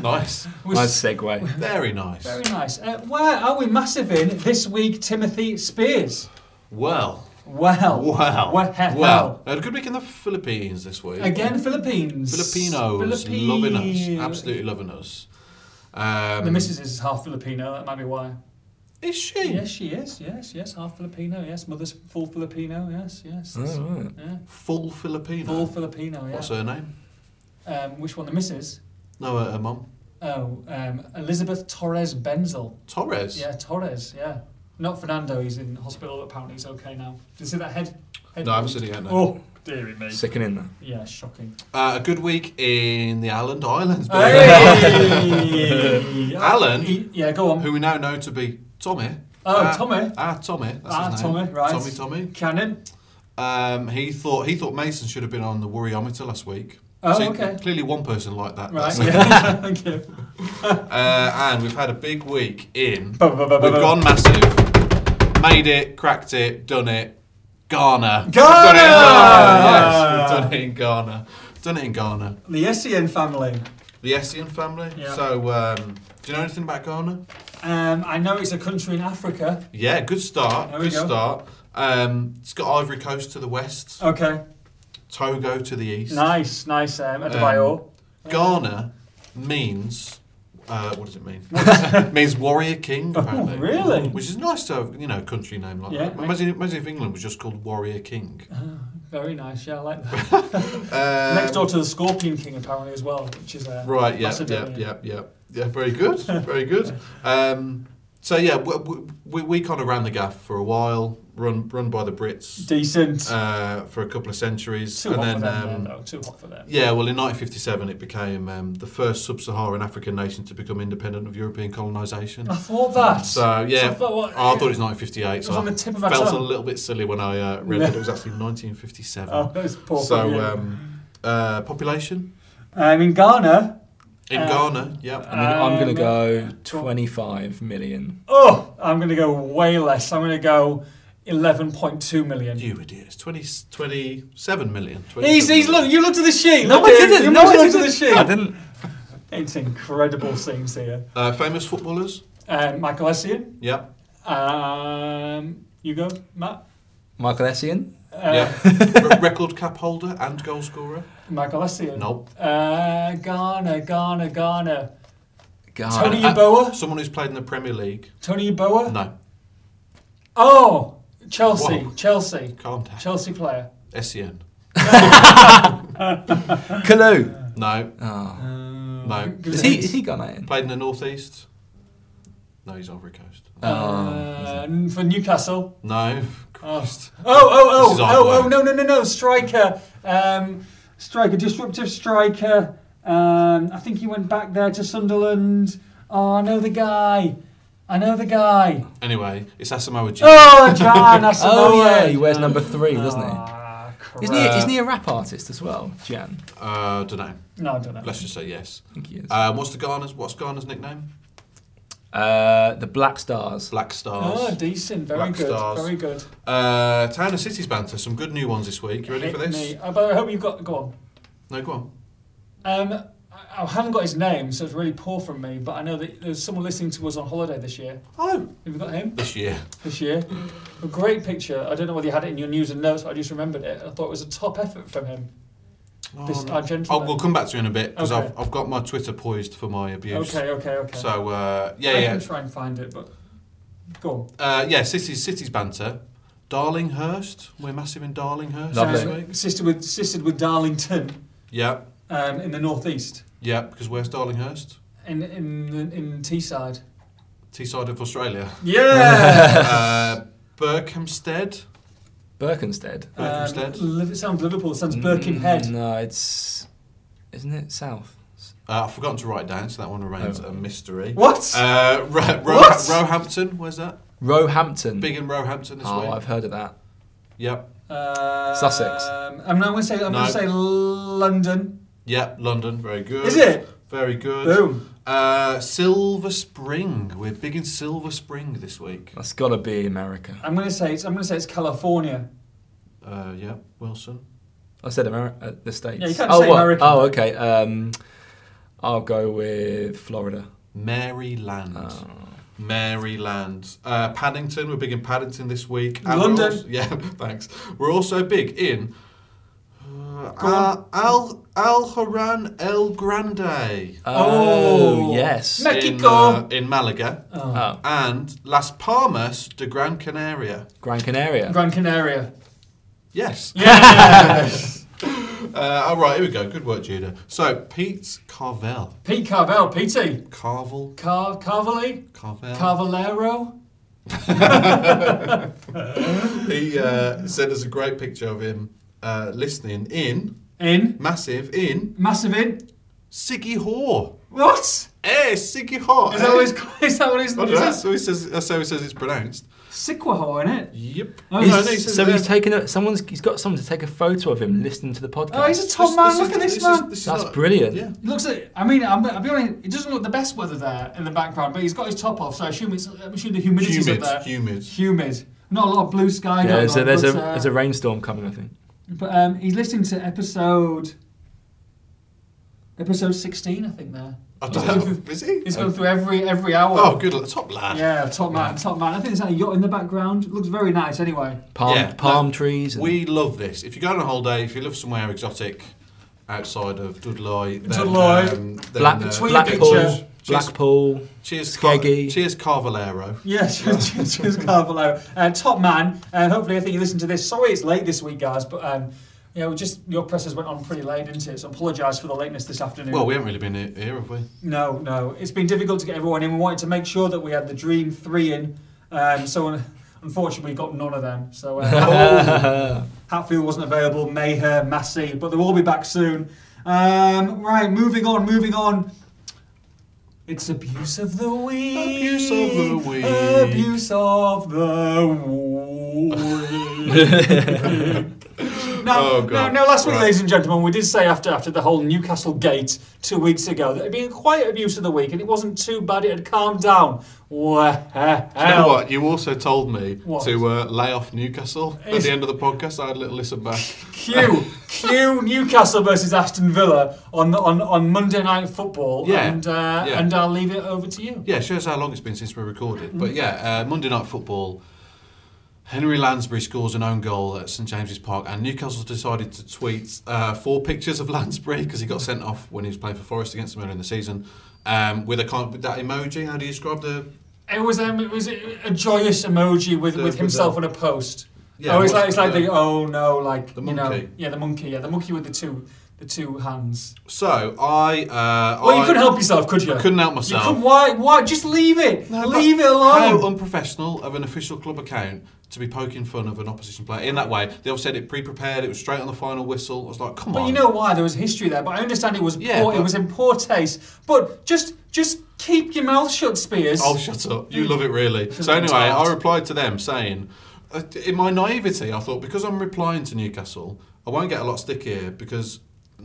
B: nice.
A: Was-
C: Nice segue.
B: Very nice.
A: Very nice. Uh, where are we massive in this week, Timothy Spears?
B: Well.
A: Wow. Wow.
B: Wow. Wow. Had a good week in the Philippines this week.
A: Again, Philippines.
B: Filipinos
A: Philippi-
B: loving us, absolutely loving us. Um,
A: The missus is half Filipino, that might be why.
B: is she
A: Yes, she is. Yes, yes, half Filipino. Yes, mother's full Filipino. Yes, yes.
B: Mm.
C: Oh, right.
A: Yeah.
B: full Filipino?
A: Full Filipino, yeah.
B: What's her name?
A: Um, which one, the missus?
B: No, her, her mum
A: Oh, um, Elizabeth Torres Benzel.
B: Torres.
A: Yeah, Torres, yeah. Not Fernando, he's in hospital, apparently he's okay now. Did you see that head? head
B: No, I
A: wound?
B: haven't seen it yet, no.
A: Oh, dearie me.
C: Sickening that.
A: Yeah, shocking.
B: Uh, a good week in the Island Islands,
A: Hey!
B: Alan?
A: He- Yeah, go on.
B: <laughs> who we now know to be Tommy.
A: Oh,
B: Ah,
A: Tommy.
B: Ah, Tommy. That's
A: Ah,
B: his name.
A: Tommy, right.
B: Tommy, Tommy.
A: Cannon.
B: Um, he thought he thought Mason should have been on the worryometer last week.
A: Oh,
B: See,
A: okay.
B: Clearly, one person liked that.
A: Right,
B: That's-
A: yeah. <laughs> Thank you.
B: Uh, and we've had a big week in.
A: Ba- ba- ba- ba-
B: We've
A: ba.
B: gone massive. Made it, cracked it, done it. Ghana. We've
A: Ghana!
B: Done it in Ghana. Yes, we've done
A: <laughs>
B: it in Ghana. Done it in Ghana.
A: The Essien family.
B: The Essien family.
A: Yeah.
B: So, um, do you know anything about Ghana?
A: Um, I know it's a country in Africa.
B: Yeah, good start.
A: There we
B: good
A: go.
B: start. Um, it's got Ivory Coast to the west,
A: Okay.
B: Togo to the east.
A: Nice, nice. Um,
B: Adebayo.
A: Adebayo.
B: Ghana means. Uh, what does it mean? means warrior king.
A: <laughs> Oh,
B: Apparently.
A: really?
B: Which is nice to have, you know, a country name like
A: Yeah,
B: that.
A: makes-
B: Imagine, imagine if England was just called warrior king.
A: Very nice. Yeah, I like that. <laughs>
B: Um,
A: Next door to the Scorpion King, apparently as well, which is uh,
B: Right. Yeah. Yeah.
A: Macedonia.
B: Yeah. Yeah. Yeah. Very good.
A: <laughs>
B: Very good. Um, so yeah, we, we, we kind of ran the gaff for a while, run run by the Brits
A: Decent.
B: uh, um, for a couple of centuries,
A: Too hot for them, there, though. Too hot for them.
B: Yeah, well, in 1957, it became um, the first sub-Saharan African nation to become independent of European colonisation.
A: I thought that.
B: So yeah, Oh,
A: I thought, what-
B: I thought it was 1958.
A: It was
B: So
A: on the
B: I
A: tip of my
B: felt a
A: tongue.
B: little bit silly when I uh, read
A: No.
B: that it was actually 1957.
A: Oh, <laughs> that was poor from
B: so
A: you.
B: um, uh, population
A: um, in Ghana.
B: in
A: Uh,
B: Ghana, yeah,
C: I'm gonna, I'm gonna
A: Um,
C: go 25 million.
A: Oh, I'm going to go way less. I'm going to go 11.2 million.
B: you idiots, 20, 27 million. 27
A: He's, he's
B: million.
A: look. You looked at the sheet.
C: No,
A: look
C: I
A: at it.
C: didn't.
A: You
C: No,
A: must
C: I
A: look at the
C: didn't.
A: sheet.
C: I didn't.
A: It's incredible scenes here.
B: Uh, famous footballers,
A: Um, Michael Essien.
B: yeah,
A: Um, you go, Matt.
C: Michael Essien.
A: Uh, <laughs>
B: yeah, Re- record cap holder and goal scorer.
A: Michael Essien.
B: Nope.
A: Uh, Ghana, Ghana, Ghana.
C: God.
A: Tony
B: Uh,
A: Yeboah.
B: Someone who's played in the Premier League.
A: Tony Yeboah.
B: No,
A: Oh, Chelsea,
B: Whoa.
A: Chelsea,
B: calm down.
A: Chelsea player.
B: Essien.
C: Kalu.
B: No,
C: Oh.
B: No.
A: Give us a
C: Is he
A: hint.
C: is he Ghanaian?
B: played in the northeast. No, he's Ivory Coast.
C: Oh,
A: Uh, for Newcastle.
B: No,
A: Oh,
B: Christ.
A: oh, oh,
B: This
A: oh,
B: is our
A: oh,
B: work.
A: oh, no, no, no, no. Striker, um, striker, disruptive striker. Um, I think he went back there to Sunderland. Oh, I know the guy. I know the guy.
B: Anyway, it's Asamoah Gyan.
A: Oh, John Asamoah.
C: <laughs> Oh yeah, he wears number three, doesn't he?
A: Ah,
C: Isn't he,
A: crap.
B: Uh,
C: isn't he a rap artist as well, Jan?
B: Uh, don't know.
A: No, I don't know.
B: Let's just say yes.
C: I think he is.
B: Um, what's the Ghana's? What's Ghana's nickname?
C: Uh, the Black Stars.
B: Black
A: Oh,
B: Stars.
A: decent. Very
B: Black
A: good.
B: Stars.
A: Very good.
B: Uh, Town and Cities banter. Some good new ones this week. You ready
A: Hit
B: for this?
A: Me. Uh, but I hope you've got. Go on.
B: No, go on.
A: Um, I I haven't got his name, so it's really poor from me. But I know that there's someone listening to us on holiday this year.
B: Oh,
A: Have you got him
B: this year.
A: this year? A great picture. I don't know whether you had it in your news and notes, but I just remembered it. I thought it was a top effort from him.
B: Oh,
A: This
B: no.
A: our
B: Oh,
A: gentleman.
B: we'll come back to you in a bit because
A: Okay.
B: I've, I've got my Twitter poised for my abuse.
A: okay, okay, okay.
B: So uh,
A: I
B: yeah, yeah,
A: can try and find it, but go
B: uh, yeah. Cities, cities banter. Darlinghurst. We're massive in Darlinghurst
A: on.
B: this
C: Lovely.
B: week.
A: Um, sister with sistered with Darlington
B: Yeah,
A: um, in the northeast,
B: yeah. Because where's Darlinghurst?
A: in in in Teesside.
B: Teesside of Australia.
A: <laughs> Yeah.
B: <laughs> uh, Berkhamsted.
C: Birkenstead.
A: um,
B: Berkhamsted.
A: Liv- it sounds Liverpool. It sounds
C: Mm,
A: Birkenhead.
C: No, it's isn't it South?
B: Uh, I've forgotten to write it down, so that one remains
C: Oh.
B: a mystery.
A: What?
B: Uh, Ro- Ro-
A: What?
B: Roehampton, where's that?
C: Roehampton.
B: Big in Roehampton
A: Ah,
B: this
C: oh,
B: week.
C: I've heard of that.
B: Yep,
C: Sussex.
A: Um, I'm going to say I'm
B: Uh, No.
A: going to say London.
B: yep, London, very good.
A: Is it?
B: Very good.
A: Boom.
B: Uh, Silver Spring, we're big in Silver Spring this week.
C: That's gotta be America.
A: I'm going to say it's I'm going to say it's California.
B: Uh, yeah, Wilson.
C: I said America, uh, the states.
A: Yeah, you can't
C: oh,
A: say
C: what?
A: American.
C: Oh, okay. Um, I'll go with Florida. Uh,
B: Maryland.
A: Ah.
B: Maryland. Uh, Paddington. We're big in Paddington this week. And we're
A: London.
B: also- <laughs> yeah, thanks. We're also big in uh,
A: Go on.
B: Al Al Haran El Grande.
A: Oh.
C: yes.
A: Me-
B: in,
A: Mexico.
B: uh, in Malaga.
C: Oh,
B: And Las Palmas de Gran Canaria.
C: Gran Canaria.
A: Gran Canaria.
B: Yes.
A: Yes.
B: Uh, all right, here we go. Good work, Judah. So, Pete Carvel.
A: <laughs> Pete Carvel, PT.
B: Carvel?
A: Car Carvali?
B: Carvel?
A: Carvalero?
B: He uh, sent us a great picture of him uh, listening in,
A: In.
B: massive, in
A: Massive in.
B: Siggy Haw.
A: What?
B: Eh, Siggy Haw.
A: Is that
B: <laughs>
A: what it's called? Is that what it's
B: I don't know,
A: called?
B: that's, how he says, that's how he says it's pronounced.
A: Sikwaho, isn't it?
B: Yep.
A: Oh,
C: He's-
A: no, no, he
B: uh,
C: so he's taken a, someone's. He's got someone to take a photo of him listening to the podcast.
A: Oh, he's a top man. Look at this man.
C: That's brilliant.
B: Yeah.
A: He looks at. I mean, I'm, I'll be honest. It doesn't look the best weather there in the background, but he's got his top off, so I assume it's. I'm sure the humidity's
B: Humid,
A: up there.
B: humid.
A: Humid. Not a lot of blue sky.
C: Yeah,
A: going
C: so
A: on,
C: there's a
A: but, uh,
C: there's a rainstorm coming, I think.
A: But um, he's listening to episode. Episode 16, I think. There.
B: I don't know. Is he?
A: He's going through every every hour.
B: Oh, good. l- Top lad.
A: Yeah, top man, top man. I think there's like a yacht in the background. Looks very nice, anyway.
C: Palm
B: Yeah,
C: palm
B: no,
C: trees. And,
B: We love this. If you go on a holiday, if you live somewhere exotic outside of Dudley, then,
A: Dudley.
B: um, then,
C: Black,
B: uh,
A: Tweed
C: Blackpool,
A: picture.
B: Cheers,
C: Blackpool.
B: cheers, Car-
C: Skeggy.
B: cheers, Carvalero.
A: <laughs> Yes, James Carvalho, uh, top man. Uh, hopefully, I think you listen to this. Sorry, it's late this week, guys, but um, you know, just your presses went on pretty late, didn't it? So, apologise for the lateness this afternoon.
B: Well, we haven't really been he- here, have we?
A: no, no, it's been difficult to get everyone in. We wanted to make sure that we had the dream three in, um, so un- unfortunately, we got none of them. So.
B: <laughs>
A: Uh, Hatfield wasn't available, Maher, Massey, but they'll all be back soon. Um, right, moving on, moving on. It's abuse of the week.
B: Abuse of the week.
A: Abuse of the
B: <laughs>
A: week. now,
B: Oh, God.
A: now, now, last week,
B: Right.
A: ladies and gentlemen, we did say after after the whole Newcastle gate two weeks ago that it'd been quite abuse of the week, and it wasn't too bad. It had calmed down.
B: You know what? You also told me
A: What?
B: to uh, lay off Newcastle at
A: Is-
B: the end of the podcast. I had a little listen back. <laughs>
A: Q Q Newcastle versus Aston Villa on on, on Monday Night Football.
B: Yeah,
A: And, uh,
B: yeah.
A: and I'll leave it over to you.
B: Yeah, shows how long it's been since we recorded. But yeah, uh, Monday night football. Henry Lansbury scores an own goal at St James's Park, and Newcastle decided to tweet uh, four pictures of <laughs> Lansbury because he got sent off when he was playing for Forest against them earlier in the season. Um, with a kind with that emoji, how do you describe the?
A: It was um, it was a joyous emoji with,
B: The-
A: with
B: with
A: himself on
B: the-
A: a post.
B: uh, Yeah,
A: oh, it's
B: what's
A: like it's like
B: the-
A: the, oh no, like
B: The
A: you know,
B: monkey.
A: yeah, the monkey, yeah, the monkey with the two the two hands.
B: So I, uh,
A: Well,
B: I
A: you couldn't help yourself, could you?
B: I couldn't help
A: You
B: myself.
A: could, why? Why? Just leave it.
B: No, but
A: leave it
B: How
A: alone.
B: unprofessional of an official club account to be poking fun of an opposition player in that way. They all said it pre-prepared. It was straight on the final whistle. I was like, come
A: But
B: on.
A: you know why there was history there. But I understand it was
B: Yeah,
A: poor, it
B: but-
A: was in poor taste. But just just keep your mouth shut, Spears.
B: <laughs> Oh, shut up. You love it, really. So, anyway, I replied to them saying, uh, in my naivety, I thought because I'm replying to Newcastle, I won't get a lot of stick here because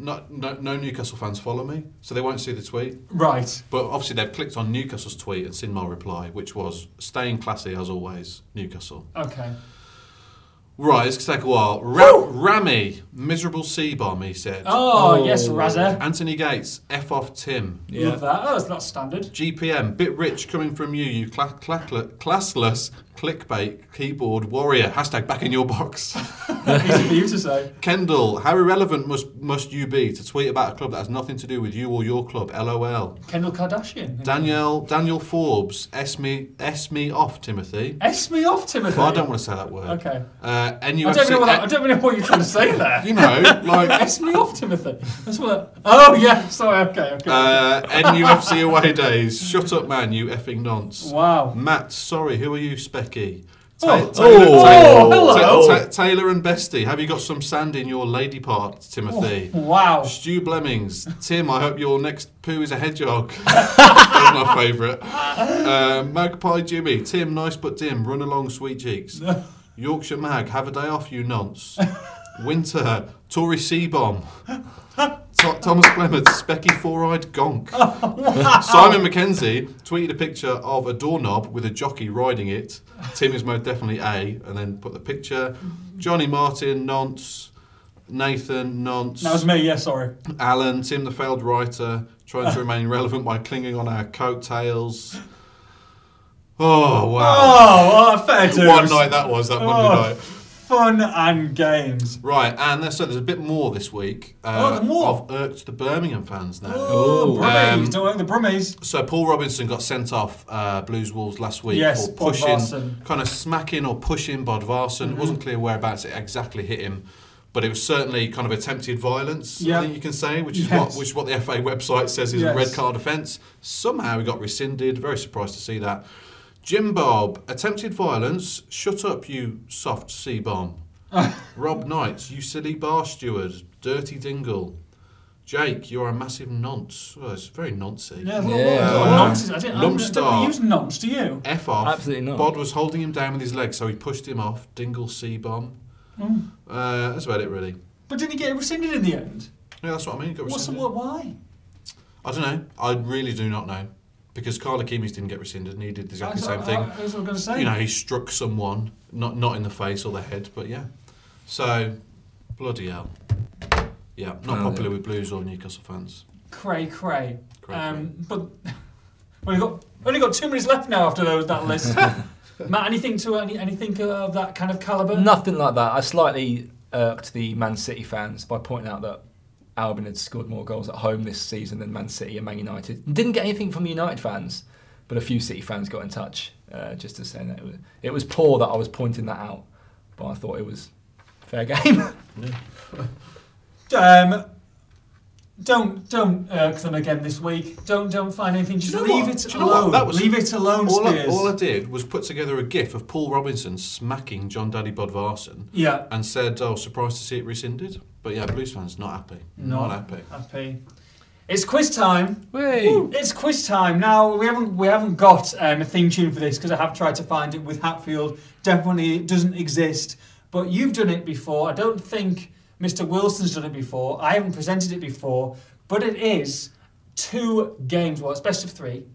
B: not, no, no Newcastle fans follow me, so they won't see the tweet.
A: right.
B: But obviously, they've clicked on Newcastle's tweet and seen my reply, which was staying classy as always, Newcastle.
A: Okay.
B: Right, it's going to take a while. Ra- Rami, miserable C bomb, he said.
A: Oh, yes,
C: Oh.
A: Razza.
B: Anthony Gates, F off Tim.
A: Love that. Oh, that's not
B: <laughs>
A: standard.
B: GPM, bit rich coming from you, you cla- cla- cla- classless clickbait keyboard warrior. Hashtag back in your box. <laughs>
A: Easy for you to say.
B: Kendall, how irrelevant must must you be to tweet about a club that has nothing to do with you or your club? LOL.
A: Kendall Kardashian.
B: Daniel Daniel Forbes, S me S me off, Timothy.
A: S me off, Timothy.
B: Well, I don't want to say that word.
A: Okay.
B: Uh, NUFC.
A: I don't know what that, I don't know what you're trying to say there.
B: <laughs> you know, like. <laughs>
A: S me off, Timothy. That's what. Oh yeah. Sorry. Okay. Okay.
B: Uh, NUFC away days. Shut up, man, you effing nonce.
A: wow.
B: Oh, Matt, sorry, who are you, Specky?
A: Oh,
B: Ta- Taylor,
C: oh,
B: Taylor-
A: hello.
B: Ta- Ta- Taylor and Bestie, have you got some sand in your lady part,
A: Oh,
B: Timothy?
A: Wow.
B: Stu Blemmings,
A: <laughs>
B: Tim, I hope your next poo is a hedgehog. That's my favourite. Uh, Magpie Jimmy, Tim, nice but dim, run along, sweet cheeks. Yorkshire Mag, have a day off, you nonce. Winter,
A: <laughs>
B: Tory Seabomb. To- Thomas Clements, Specky Four Eyed
A: <laughs>
B: Gonk. Simon McKenzie tweeted a picture of a doorknob with a jockey riding it. Tim is most definitely A, and then put the picture. Johnny Martin, nonce. Nathan, nonce.
A: That was me. Yeah. Sorry.
B: Alan, Tim the failed writer, trying to remain relevant by clinging on our coattails. Oh wow!
A: Oh, well, fair dues.
B: One night that was that Monday
A: Oh,
B: night.
A: Fun and games.
B: Right, and there's- so there's a bit more this week.
A: Oh, there's more?
B: I've irked the Birmingham fans now.
A: Oh,
C: Ooh.
A: Brummies.
B: Uh, Um,
A: Don't like the Brummies.
B: So Paul Robinson got sent off uh, Blues Wolves last week
A: Yes,
B: for
A: Bod
B: pushing,
A: Varson. Mm-hmm.
B: kind of smacking or pushing Bod Varson. It wasn't clear whereabouts it exactly hit him, but it was certainly kind of attempted violence.
A: Yeah.
B: I think you can say, which is
A: Yes.
B: what which is what the FA website says is
A: Yes.
B: a red card offence. Somehow he got rescinded. Very surprised to see that. Jim Bob, attempted violence. Shut up, you soft
A: <laughs>
B: sea bomb. Rob Knight, you silly bar steward. Dirty dingle. Jake, you are a massive nonce. Well, it's very noncey.
A: Yeah,
C: Yeah.
A: yeah. Nonce. I didn't, I
B: Lump
A: don't-
B: star.
A: don't use nonce, do you?
B: F off.
C: Absolutely not.
B: Bod was holding him down with his legs, so he pushed him off. Dingle C bomb.
A: Hmm.
B: Uh, that's about it, really.
A: But didn't he get rescinded in the end?
B: Yeah, that's what I mean. Got
A: What's the
B: rescinded.
A: what? Why?
B: I don't know. I really do not know. Because Carla Kimis didn't get rescinded and he did exactly the
A: That's
B: same
A: what-
B: thing.
A: That's what I was going to say.
B: You know, he struck someone, not not in the face or the head, but yeah. So, bloody hell. Yeah, not
C: Oh,
B: popular
C: yeah.
B: with Blues or Newcastle fans.
A: cray cray.
B: Cray,
A: um, But <laughs> we only got only got two minutes left now after those, that
B: <laughs>
A: list. Matt, anything to any, anything of that kind of caliber?
C: <laughs> Nothing like that. I slightly irked the Man City fans by pointing out that Albion had scored more goals at home this season than Man City and Man United. Didn't get anything from United fans, but a few City fans got in touch uh, just to say that it was, it was poor that I was pointing that out, but I thought it was fair game.
B: <laughs>
A: Um, don't don't irk them again this week. Don't don't find anything. Just
B: Do you know
A: leave
B: what?
A: it
B: Do you know what?
A: alone.
B: That was-
A: leave it alone,
B: All I,
A: Spears.
B: all I did was put together a gif of Paul Robinson smacking John Daddy Bod Varson.
A: yeah,
B: and said, "Oh, surprised to see it rescinded." But yeah, Blues fans not happy.
A: No.
B: Not happy.
A: happy. It's quiz time.
C: Whey.
A: It's quiz time now. We haven't we haven't got um, a theme tune for this because I have tried to find it with Hatfield. Definitely it doesn't exist. But you've done it before. I don't think Mr. Wilson's done it before. I haven't presented it before. But it is two games. Well, it's best of three,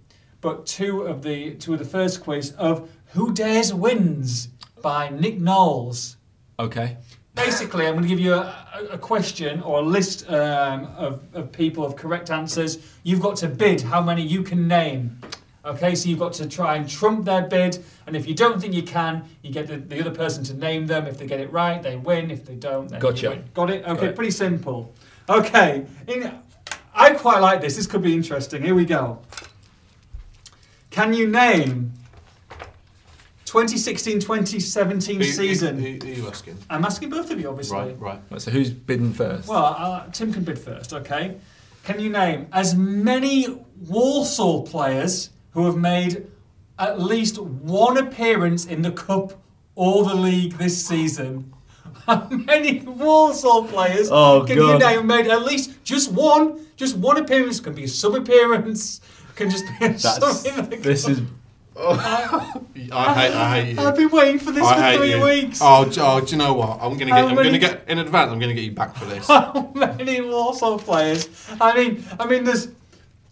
A: but two of the two of the first quiz of Who Dares Wins by Nick Knowles.
C: Okay.
A: Basically, I'm going to give you a, a- a question or a list um, of, of people of correct answers. You've got to bid how many you can name. Okay, so you've got to try and trump their bid. And if you don't think you can, you get the, the other person to name them. If they get it right, they win. If they don't, then you
C: Gotcha.
A: win. Got it? Okay,
C: Got it.
A: pretty simple. Okay, in, I quite like this. This could be interesting. Here we go. Can you name 2016 2017
B: Who- who-
A: season?
B: Who, who are you asking?
A: I'm asking both of you, obviously.
B: Right, right.
C: Right, so who's bidding first?
A: Well, uh, Tim can bid first, okay? Can you name as many Walsall players who have made at least one appearance in the Cup or the League this season? <laughs> How many Walsall players
C: Oh,
A: can
C: God.
A: you name made at least just one? Just one appearance can be a sub appearance, can just be a
C: That's,
A: sub in the
C: this
A: Cup.
C: is
B: I hate. I hate you.
A: I've been waiting for this
B: I
A: for
B: hate
A: three
B: you.
A: weeks.
B: Oh, do- oh, do you know what? I'm gonna get.
A: How
B: I'm
A: many- Oh,
B: gonna get in advance. I'm gonna get you back for
A: <laughs>
B: this.
A: how many Warsaw players? I mean, I mean, there's.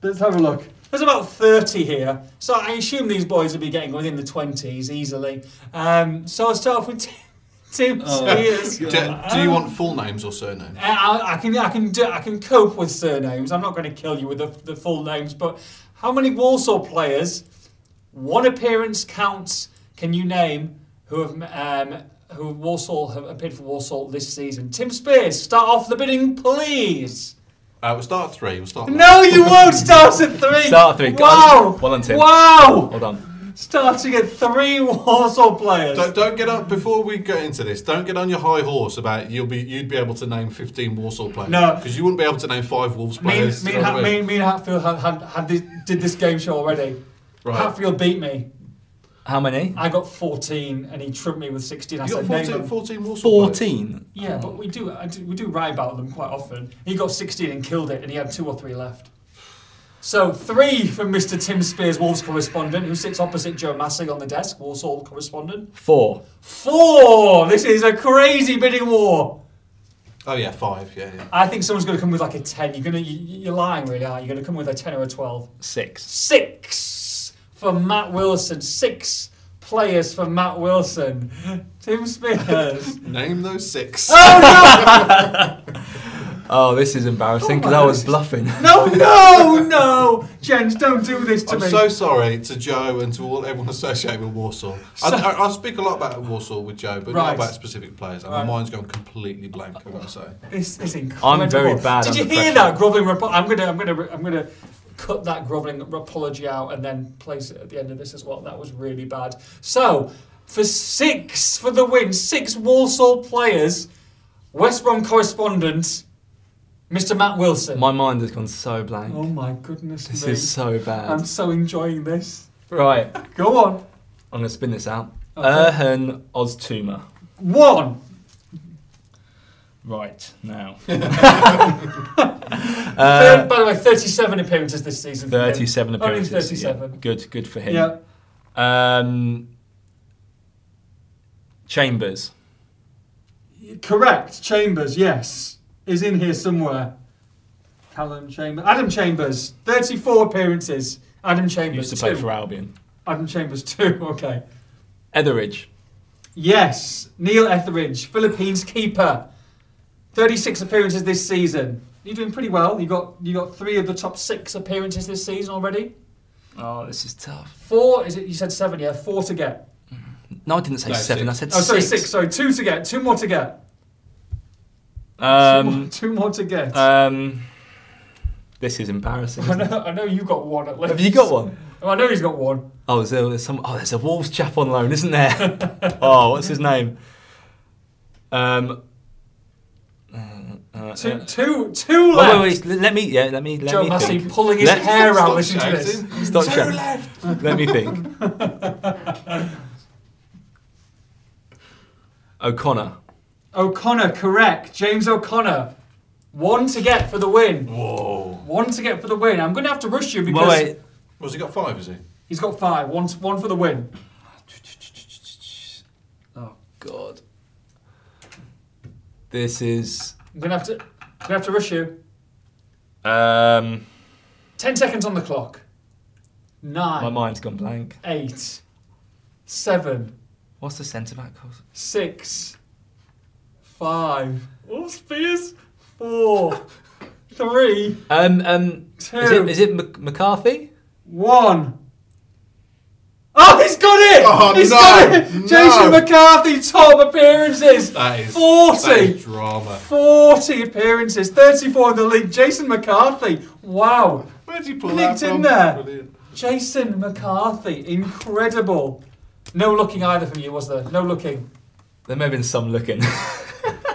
A: Let's have a look. There's about 30 here, so I assume these boys will be getting within the 20s easily. Um, so I'll start off with <laughs> Tim, Tim Spears.
B: Oh. do, do you want full names or surnames?
A: Uh, I, I can I can do, I can cope with surnames. I'm not going to kill you with the, the full names, but how many Warsaw players, one appearance counts, can you name who have um, who Warsaw have appeared for Warsaw this season? Tim Spears, start off the bidding, please.
B: Uh, we'll start at three. We'll start. at
A: No, you won't start at three.
C: Start at three. Go on.
A: Wow.
C: Well done, Tim.
A: Wow.
C: hold on.
A: Starting at three Warsaw players.
B: Don't, don't get up before we get into this. Don't get on your high horse about you'll be you'd be able to name 15 Warsaw players.
A: No.
B: because you wouldn't be able to name five Wolves
A: Me,
B: players.
A: me,
B: you
A: and
B: know
A: Hat,
B: what I
A: me,
B: mean?
A: me and Hatfield had, had, had this, did this game show already.
B: Right.
A: Hatfield beat me.
C: How many?
A: I got 14 and he trumped me with 16. I
B: You
A: said,
B: got
A: name
B: 14,
A: them.
B: 14 Warsaw players.
C: 14.
A: Yeah, but we do, I do we do write about them quite often. He got 16 and killed it, and he had two or three left. So three from Mr. Tim Spears, Wolves correspondent, who sits opposite Joe Massey on the desk, Walsall correspondent.
C: Four.
A: Four. This is a crazy bidding war.
B: Oh yeah, five. Yeah, yeah.
A: I think someone's going to come with like a 10. You're gonna you, you're lying, really, aren't you? You're going to come with a 10 or a 12.
C: Six.
A: Six for Matt Wilson. Six players for Matt Wilson. <laughs> Tim Spears.
B: Name those six.
A: Oh
C: Oh, this is embarrassing because I was bluffing. <laughs>
A: No, no, no, Jens, don't do this to
B: I'm
A: me.
B: so sorry to Joe and to all everyone associated with Warsaw. I, I, I speak a lot about Warsaw with Joe, but
A: Right.
B: not about specific players. And
A: Right.
B: my mind's gone completely blank. I've got to say.
A: This is incredible.
C: very bad
A: Did you
C: under
A: hear
C: pressure.
A: that groveling? Repo- I'm gonna, I'm gonna, I'm gonna cut that groveling apology out and then place it at the end of this as well. That was really bad. So for six for the win, six Walsall players, West Brom correspondent, Mr. Matt Wilson.
C: My mind has gone so blank.
A: oh my goodness
C: this
A: me!
C: is so bad.
A: I'm so enjoying this.
C: Right, I'm
A: Go on.
C: going to spin this out.
A: Okay.
C: Erhan Oztuma.
A: One.
C: Right
A: <laughs>
C: now, <laughs>
A: Thir- Um, by the way, 37 appearances this season. for him.
C: Uh, thirty-seven
A: Only
C: appearances. yeah.
A: 37.
C: Good, good for him.
A: Yeah.
C: Um, Chambers.
A: Correct. Chambers, yes. Is in here somewhere. Callum Chambers. Adam Chambers. 34 appearances. Adam Chambers.
C: Used to play
A: two.
C: for Albion.
A: Adam Chambers, <laughs> two. Okay.
C: Etheridge.
A: Yes. Neil Etheridge, Philippines keeper. 36 appearances this season. You're doing pretty well. You got you got three of the top six appearances this season already.
C: Oh, this is tough.
A: Four is it? You said seven, yeah. Four to get.
C: No, I didn't say
B: No,
C: seven.
B: six.
C: I said
A: Oh, sorry,
C: six.
A: six. Sorry, two to get. Two more to get. two, more,
C: Um,
A: two more to get.
C: um, this is embarrassing.
A: <laughs> I
C: isn't
A: <laughs>
C: it?
A: know. I know you got one at least.
C: Have you got one?
A: Oh, I know he's got one.
C: Oh, is there, there's some. Oh, there's a Wolves chap on loan,
A: <laughs>
C: isn't there? oh, what's his name? Um. uh, uh,
A: Two,
C: uh,
A: two, two left.
C: oh, wait, wait, let me. Yeah, let me. Let
A: Joe
C: me
A: Massey
C: think.
A: pulling his
C: Let-
A: hair out.
B: Stop
A: Listen to this.
B: shouting.
C: Stop
B: Two
C: shouting.
B: left.
C: Let
A: <laughs>
C: me think. O'Connor.
A: O'Connor, correct. James O'Connor. One to get for the win.
B: Whoa.
A: One to get for the win. I'm going to have to rush you because
C: Well, wait.
B: What's he got? Five, is he?
A: he's got five. One, one for the win.
C: Oh God. This is.
A: I'm going to have to, I'm gonna have to rush you.
C: Um,
A: Ten seconds on the clock.
C: my
A: Nine,
C: mind's gone blank.
A: eight, seven,
C: What's the centre back called?
A: six, five. Oh, Spears. Four, three,
C: Um, um,
A: two.
C: is it, is it Mc- McCarthy?
A: One. Oh, he's got it!
B: Oh,
A: He's
B: no,
A: got it!
B: no.
A: Jason McCarthy, top appearances.
B: That is
A: 40.
B: That is drama.
A: 40 appearances, 34 in the league. Jason McCarthy. Wow.
B: Where did you pull
A: Linked
B: that from?
A: in there.
B: Brilliant.
A: Jason McCarthy, incredible. No looking either from you, was there? No looking.
C: There may have been some
A: <laughs>
C: looking.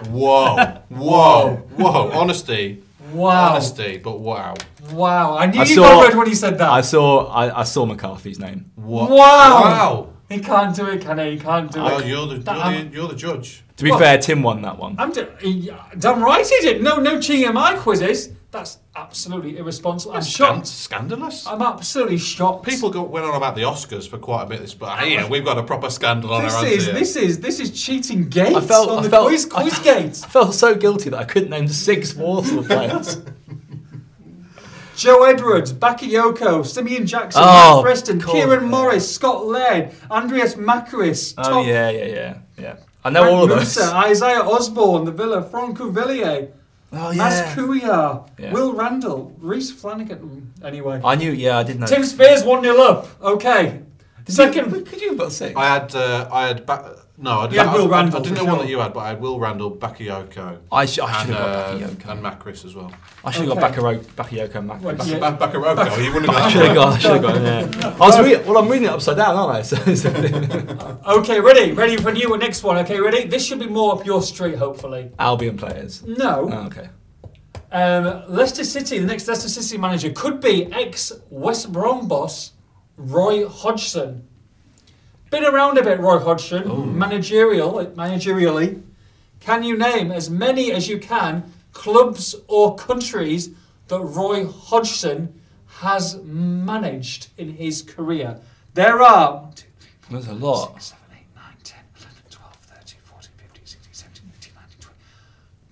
B: Whoa, whoa, whoa! Honesty,
A: Wow.
B: honesty, but wow,
A: Wow. I knew
C: I
A: you
C: saw-
A: got red when you said that.
C: I saw I, I saw McCarthy's name.
B: what?
A: Wow.
B: wow!
A: He can't do it, can he? He can't do
B: Well,
A: it.
B: you're the, you're the
A: I'm-
B: you're the judge.
C: To be
A: What?
C: fair, Tim won that one.
A: I'm d- he- damn right he did. No, no cheating in my quizzes. That's absolutely irresponsible. I'm
B: Scan-
A: shocked.
B: scandalous.
A: I'm absolutely shocked.
B: People go, went on about the Oscars for quite a bit. This, but here we've got a proper scandal on
A: this
B: our hands
A: is
B: here.
A: this is this is cheating gate
C: I felt-
A: on
C: I
A: the
C: felt-
A: quiz
C: I
A: quiz gate.
C: I felt so guilty that I couldn't name six
A: <laughs>
C: Warsaw players.
A: Joe Edwards, Bakayoko, Simeon Jackson,
C: Oh,
A: Matt Preston,
C: cool.
A: Kieran
C: Yeah.
A: Morris, Scott Laird, Andreas Makaris,
C: oh
A: Tom
C: yeah, yeah, yeah, yeah. I know all of
A: Frank
C: those.
A: Musa, Isaiah Osborne, the Villa, Franco Villiers,
C: <laughs> Oh
A: Mas
C: yeah.
A: Cuellar,
C: Yeah.
A: Will Randall, Reese Flanagan. Anyway,
C: I knew. Yeah, I did know.
A: Tim Spears one 0 up. Okay, second.
C: Could you have got six?
B: I had uh, I had ba- no, I didn't.
A: You had
B: I-
A: Will
B: I,
A: Randall,
B: I didn't
A: for
B: know one
A: sure.
B: that you had, but I had Will Randall, Bakayoko,
C: I, sh- I
B: and
C: should have
B: uh,
C: got Bakayoko.
B: and Macris as well.
C: I should have
A: Okay.
C: got Bakayoko, Bakayoko and Mac.
A: Well,
C: Bak-
A: yeah.
B: Ba- Bakayoko, you wouldn't
C: I
B: have
C: should have
B: got.
C: got. I should have got.
A: <laughs>
C: Yeah. I was reading. Well, I'm reading it upside down, aren't I? <laughs> So, so-
A: Okay, ready, ready for new next one. Okay, ready. This should be more up your street, hopefully.
C: Albion players.
A: No.
C: Oh, okay.
A: Um, Leicester City, the next Leicester City manager could be ex West Brom boss Roy Hodgson. Been around a bit, Roy Hodgson, managerial, managerially. Can you name as many as you can clubs or countries that Roy Hodgson has managed in his career? There are one, two,
C: There's a lot.
A: 7, 8, 9, 10, 11, 12, 13, 14, 15, 16, 17, 18, 19,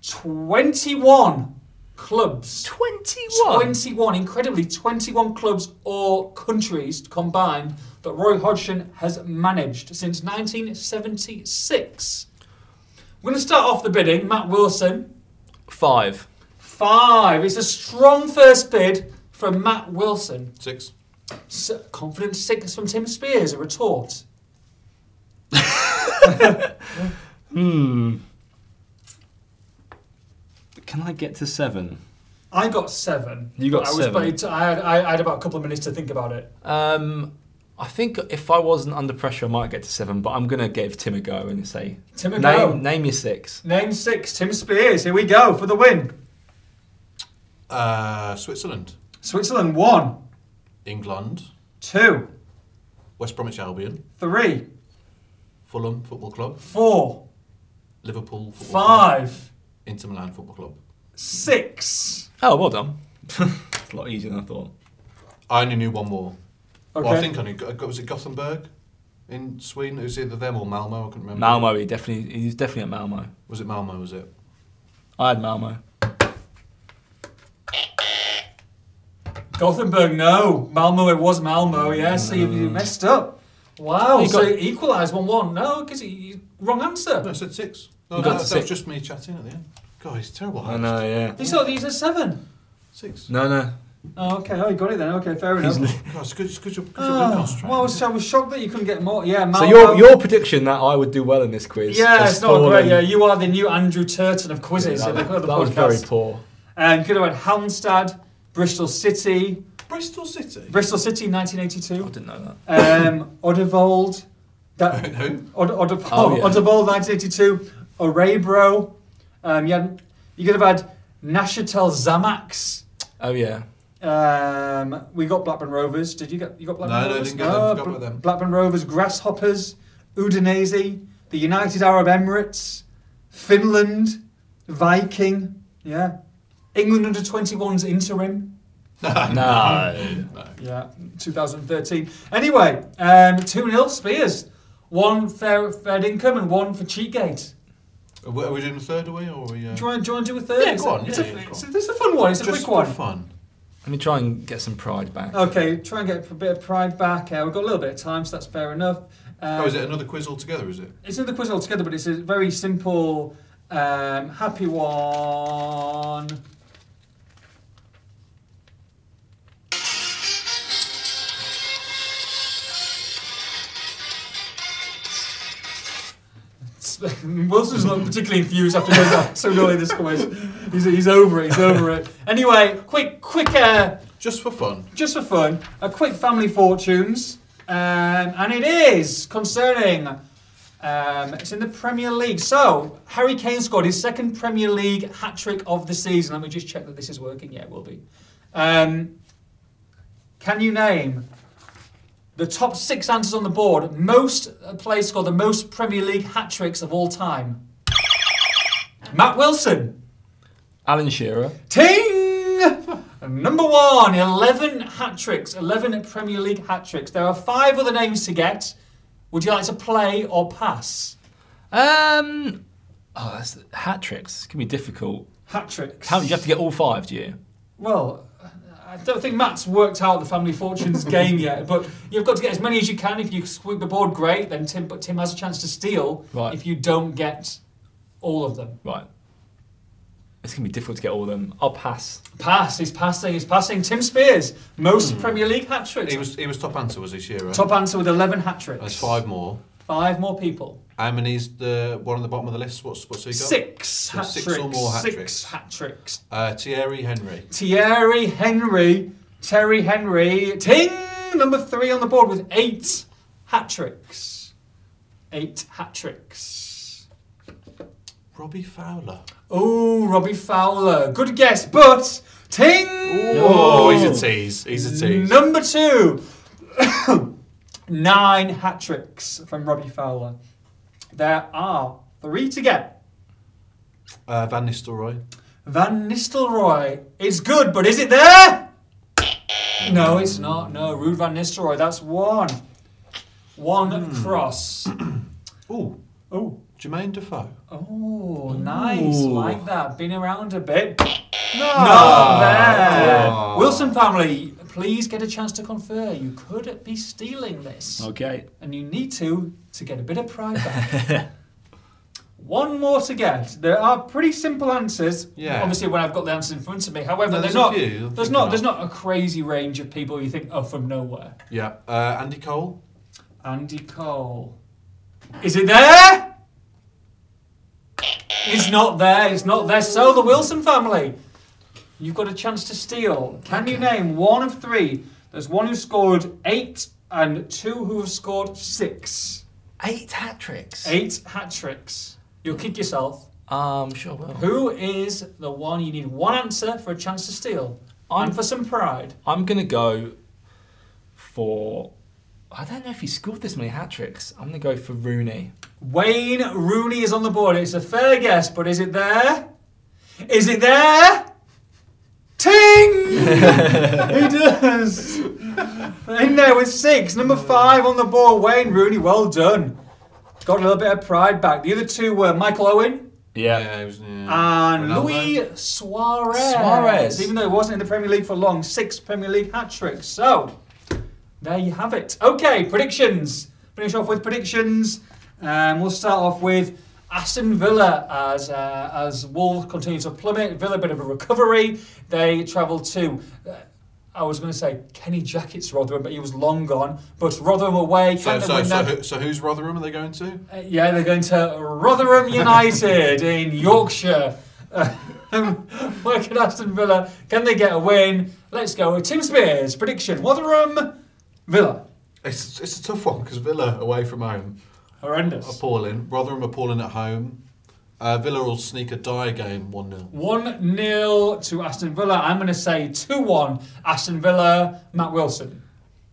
A: 20. 21 clubs.
C: 21.
A: 21, incredibly, 21 clubs or countries combined that Roy Hodgson has managed since 1976. We're going to start off the bidding. Matt Wilson,
C: Five.
A: Five. It's a strong first bid from Matt Wilson.
B: Six.
A: S- confident six from Tim Spears, a retort.
D: Hmm. Can I get to seven?
A: I got seven.
D: You got
A: I was,
D: seven.
A: but it- I, had, I had about a couple of minutes to think about it.
C: Um, I think if I wasn't under pressure, I might get to seven, but I'm going to give Tim a go and say,
A: Tim a
C: name,
A: go.
C: name your six.
A: Name six, Tim Spears. Here we go for the win.
B: Uh, Switzerland.
A: Switzerland one,
B: England.
A: two,
B: West Bromwich Albion.
A: three,
B: Fulham Football Club.
A: four,
B: Liverpool Football Club.
A: five,
B: Inter Milan Football Club.
A: six.
C: Oh, well done. <laughs> it's a lot easier than I thought.
B: I only knew one more.
A: Okay.
B: Well, I think I knew. Go- Was it Gothenburg in Sweden? It was either them or Malmo. I couldn't remember.
C: Malmo, he definitely, he's definitely at Malmo.
B: Was it Malmo? Was it?
C: I had Malmo.
A: Gothenburg, no. Malmo, it was Malmo, yeah. See, you
B: Mm.
A: you messed up. Wow,
C: You
A: so
C: got-
A: equalised 1 1. No, because you, you- wrong
B: No, I
A: answer.
B: said six. No,
C: You
B: no,
C: got
B: that, that
C: to six.
B: was just me chatting at the end. God, he's a terrible.
C: I
B: host.
C: know, yeah.
A: You thought you said 7.
B: Six.
C: No, no.
A: Oh, okay. Oh, you got it then. Okay, fair enough.
B: God, it's good. It's good. You're, good you're really
A: Oh,
B: concentrating.
A: well, I was, I was shocked that you couldn't get more. Yeah, Malmo.
C: So your your prediction that I would do well in this quiz?
A: yeah,
C: has
A: it's not great.
C: fallen-
A: Yeah, you are the new Andrew Turton of quizzes.
C: that,
A: Yeah, the, the
C: that was
A: podcast.
C: very poor.
A: And could have had Halmstad, Bristol City,
B: Bristol City.
A: Bristol City in
C: I
A: 1982,
C: didn't know that.
A: um, Oddevold,
C: <laughs>
A: that,
B: Who?
A: Od- Oddevold, <laughs>
C: Oh, yeah.
A: Oddevold 1982, Orebro. Um, you, had, you could have had Nashatel Zamax.
C: Oh <laughs> yeah.
A: Um, we got Blackburn Rovers. Did you get you got Blackburn
B: No, no, I
A: Rovers? Oh,
B: didn't get them. Forgot about them.
A: Blackburn Rovers, Grasshoppers, Udinese, the United Arab Emirates, Finland, Viking, yeah, England under 21s interim,
C: No.
A: yeah, 2013. Anyway, um, two 0 Spears, one fair fair income and one for Cheatgate.
B: Are we, are we doing the third away or are we? Uh,
A: Do you want do you want to do a third?
B: Yeah,
A: It's
B: go
A: a-
B: on,
A: It's
B: yeah,
A: a,
B: yeah, go
A: it's a-
B: on.
A: this is a fun one. It's a
B: just
A: quick one.
B: for fun.
C: Let me try and get some pride back.
A: Okay, try and get a bit of pride back. Uh, we've got a little bit of time, so that's fair enough. Um,
B: oh, is it another quiz altogether? Is it?
A: It's not the quiz altogether, but it's a very simple, um, happy one. <laughs> Sp- Wilson's not particularly enthused after doing that so early this quiz. He's, he's over it. He's over it. Anyway, quick, quick. Uh,
B: Just for fun.
A: just for fun, a quick family fortunes, um, and it is concerning. Um, it's in the Premier League. So Harry Kane scored his second Premier League hat trick of the season. Let me just check that this is working. Yeah, it will be. Um, can you name the top six answers on the board? Most uh, players score the most Premier League hat tricks of all time. Matt Wilson.
C: Alan Shearer.
A: Ting! Number one, 11 hat tricks, 11 Premier League hat tricks. There are five other names to get. Would you like to play or pass?
C: Um. Oh, that's hat tricks. It's gonna be difficult.
A: Hat tricks.
C: How you have to get all five? Do you?
A: Well, I don't think Matt's worked out the family
C: <laughs>
A: fortunes game yet, but you've got to get as many as you can. If you squeak the board, great. Then Tim, but Tim has a chance to steal
C: Right.
A: if you don't get all of them.
C: Right. It's gonna be difficult to get all of them. I'll pass.
A: Pass. He's passing. He's passing. Tim Spears,
C: Hmm.
A: most Premier League hat tricks.
B: He was he was top answer was he Shearer?
A: Top answer with 11 hat tricks.
B: That's five more.
A: Five more people.
B: How many's the one at the bottom of the list? What's what's he got?
A: Six
B: So
A: hat
B: six
A: tricks.
B: or more hat
A: six
B: tricks.
A: hat tricks.
B: Uh, Thierry Henry.
A: Thierry Henry, Terry Henry, ting number three on the board with eight hat tricks. Eight hat tricks.
B: Robbie Fowler.
A: Oh, Robbie Fowler, good guess, but ting.
B: Oh, he's a tease. He's a tease.
A: Number two, <coughs> nine hat tricks from Robbie Fowler. There are three to get.
B: Uh, Van Nistelrooy.
A: Van Nistelrooy is good, but is it there? No, it's not. No, Rude Van Nistelrooy. That's one. One cross.
B: Oh,
A: Oh,
B: Jermaine Defoe.
A: oh, nice.
C: Ooh.
A: Like that. Been around a bit.
B: No.
A: Not there. Wilson family, please get a chance to confer. You could be stealing this,
C: Okay.
B: <laughs>
A: and you need to to get a bit of pride back. One more to get. There are pretty simple answers.
B: Yeah.
A: Obviously, when I've got the answers in front of me. However,
B: No,
A: they're
B: there's a
A: not.
B: few.
A: There's not. There's not a crazy range of people you think are from nowhere.
B: Yeah. Uh, Andy Cole.
A: Andy Cole. Is it there? It's not there. It's not there. So the Wilson family. You've got a chance to steal. Can you name one of three? There's one who scored eight and two who have scored six.
C: Eight hat tricks.
A: Eight hat tricks. You'll kick yourself.
C: Um, sure will.
A: Who is the one you need one answer for a chance to steal?
C: I'm-
A: and for some pride.
C: I'm gonna go for. I don't know if he scored this many hat tricks. I'm gonna go for Rooney.
A: Wayne Rooney is on the board. It's a fair guess, but is it there? Is it there? Ting! he does. In there with six. Number five on the board, Wayne Rooney. Well done. Got a little bit of pride back. The other two were Michael Owen
B: Yeah, he was, yeah.
A: and
B: Ronaldo.
A: Uh, Luis Suarez.
C: Suarez.
A: Even though he wasn't in the Premier League for long, six Premier League hat tricks. So, there you have it. Okay, predictions. Finish off with predictions. Um, we'll start off with Aston Villa as uh, as Wolves continue to plummet. Villa, a bit of a recovery. They travel to. Uh, I was going to say Kenny Jackets Rotherham, but he was long gone. But Rotherham away.
B: So,
A: can they
B: so,
A: win
B: so,
A: that?
B: who, so who's Rotherham are they going to?
A: Uh, yeah, they're going to Rotherham United in Yorkshire. Um, Where can Aston Villa? Can they get a win? Let's go with Tim Spears prediction: Rotherham, Villa.
B: It's, it's a tough one because Villa away from home.
A: Horrendous.
B: Appalling. Rotherham appalling at home. Uh, Villa will sneak a dire game 1 0.
A: One 0 to Aston Villa. I'm going to say two one Aston Villa. Matt Wilson.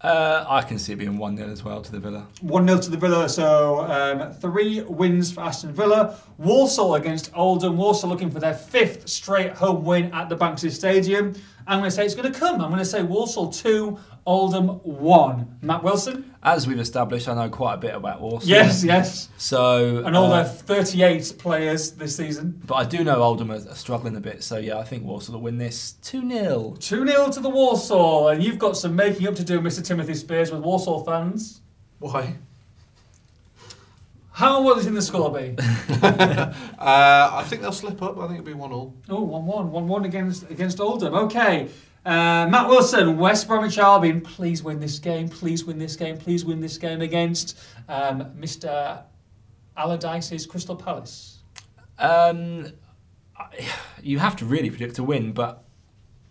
C: Uh, I can see it being one 0 as well to the Villa.
A: 1 0 to the Villa, so um, three wins for Aston Villa. Walsall against Oldham. Walsall looking for their fifth straight home win at the Banksy Stadium. I'm going to say it's going to come. I'm going to say Walsall 2, Oldham 1. Matt Wilson?
C: As we've established, I know quite a bit about Walsall.
A: Yes, yes.
C: So
A: And all
C: uh,
A: their 38 players this season.
C: But I do know Oldham are, are struggling a bit, so yeah, I think Walsall will win this 2 0.
A: 2 0 to the Walsall, and you've got some making up to do, Mr. Timothy Spears, with Walsall fans.
B: Why?
A: How will it in the score be?
B: <laughs> Uh, I think they'll slip up. I think it'll be 1 all.
A: Oh, 1 1, 1 1 against, against Oldham. Okay. Uh, Matt Wilson, West Bromwich Albion, please win this game, please win this game, please win this game against um, Mr. Allardyce's Crystal Palace.
C: Um, I- you have to really predict a win, but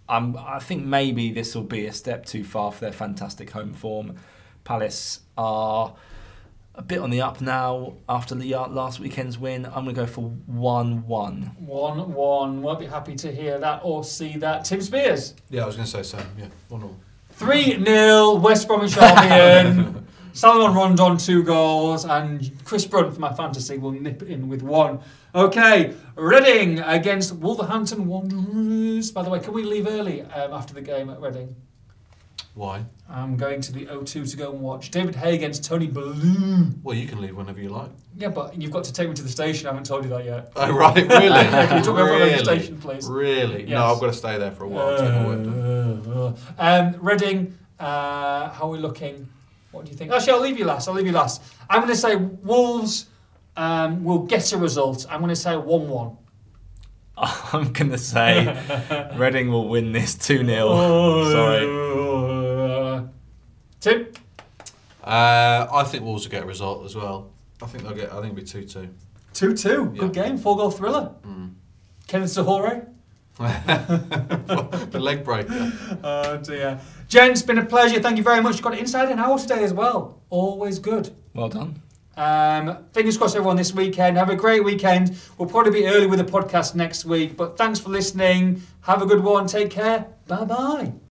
C: I'm, I think maybe this will be a step too far for their fantastic home form. Palace are a bit on the up now after the uh, last weekend's win. I'm going to go for 1 1.
A: 1 1, won't be happy to hear that or see that. Tim Spears,
B: Yeah, I was going to say so. Yeah, 1 all.
A: 3 0, West Bromwich Albion. Salomon Rondon, two goals, and Chris Brunt for my fantasy will nip in with one. Okay, Reading against Wolverhampton Wanderers. By the way, can we leave early um, after the game at Reading?
B: Why?
A: I'm going to the O2 to go and watch David Hay against Tony Balloon.
B: Well, you can leave whenever you like. <laughs>
A: Yeah, but you've got to take me to the station. I haven't told you that yet. <laughs>
B: Oh, right, really?
A: Can you talk about the
B: really?
A: station, please?
B: Really? No,
A: Yes.
B: I've got to stay there for a while. to get my work
A: Uh,
B: done.
A: um, Reading, uh, how are we looking? What do you think? Actually, I'll leave you last. I'll leave you last. I'm going to say Wolves um, will get a result. I'm going to say 1 1.
C: <laughs> I'm going to say Reading will win this 2 0.
B: Oh,
C: Sorry.
A: Sorry. Tim?
B: Uh, I think Wolves will get a result as well. I think they'll get. I think it'll be two two. Mm.
A: 2 2. Good
B: Yeah.
A: game. Four goal thriller. Kenneth
B: <laughs>
A: Sahore.
B: the leg breaker.
A: Oh dear. Gents, been a pleasure. Thank you very much. Got it inside an hour today as well. Always good.
C: Well done.
A: Um, fingers crossed, everyone, this weekend. Have a great weekend. We'll probably be early with a podcast next week, but thanks for listening. Have a good one. Take care. Bye bye.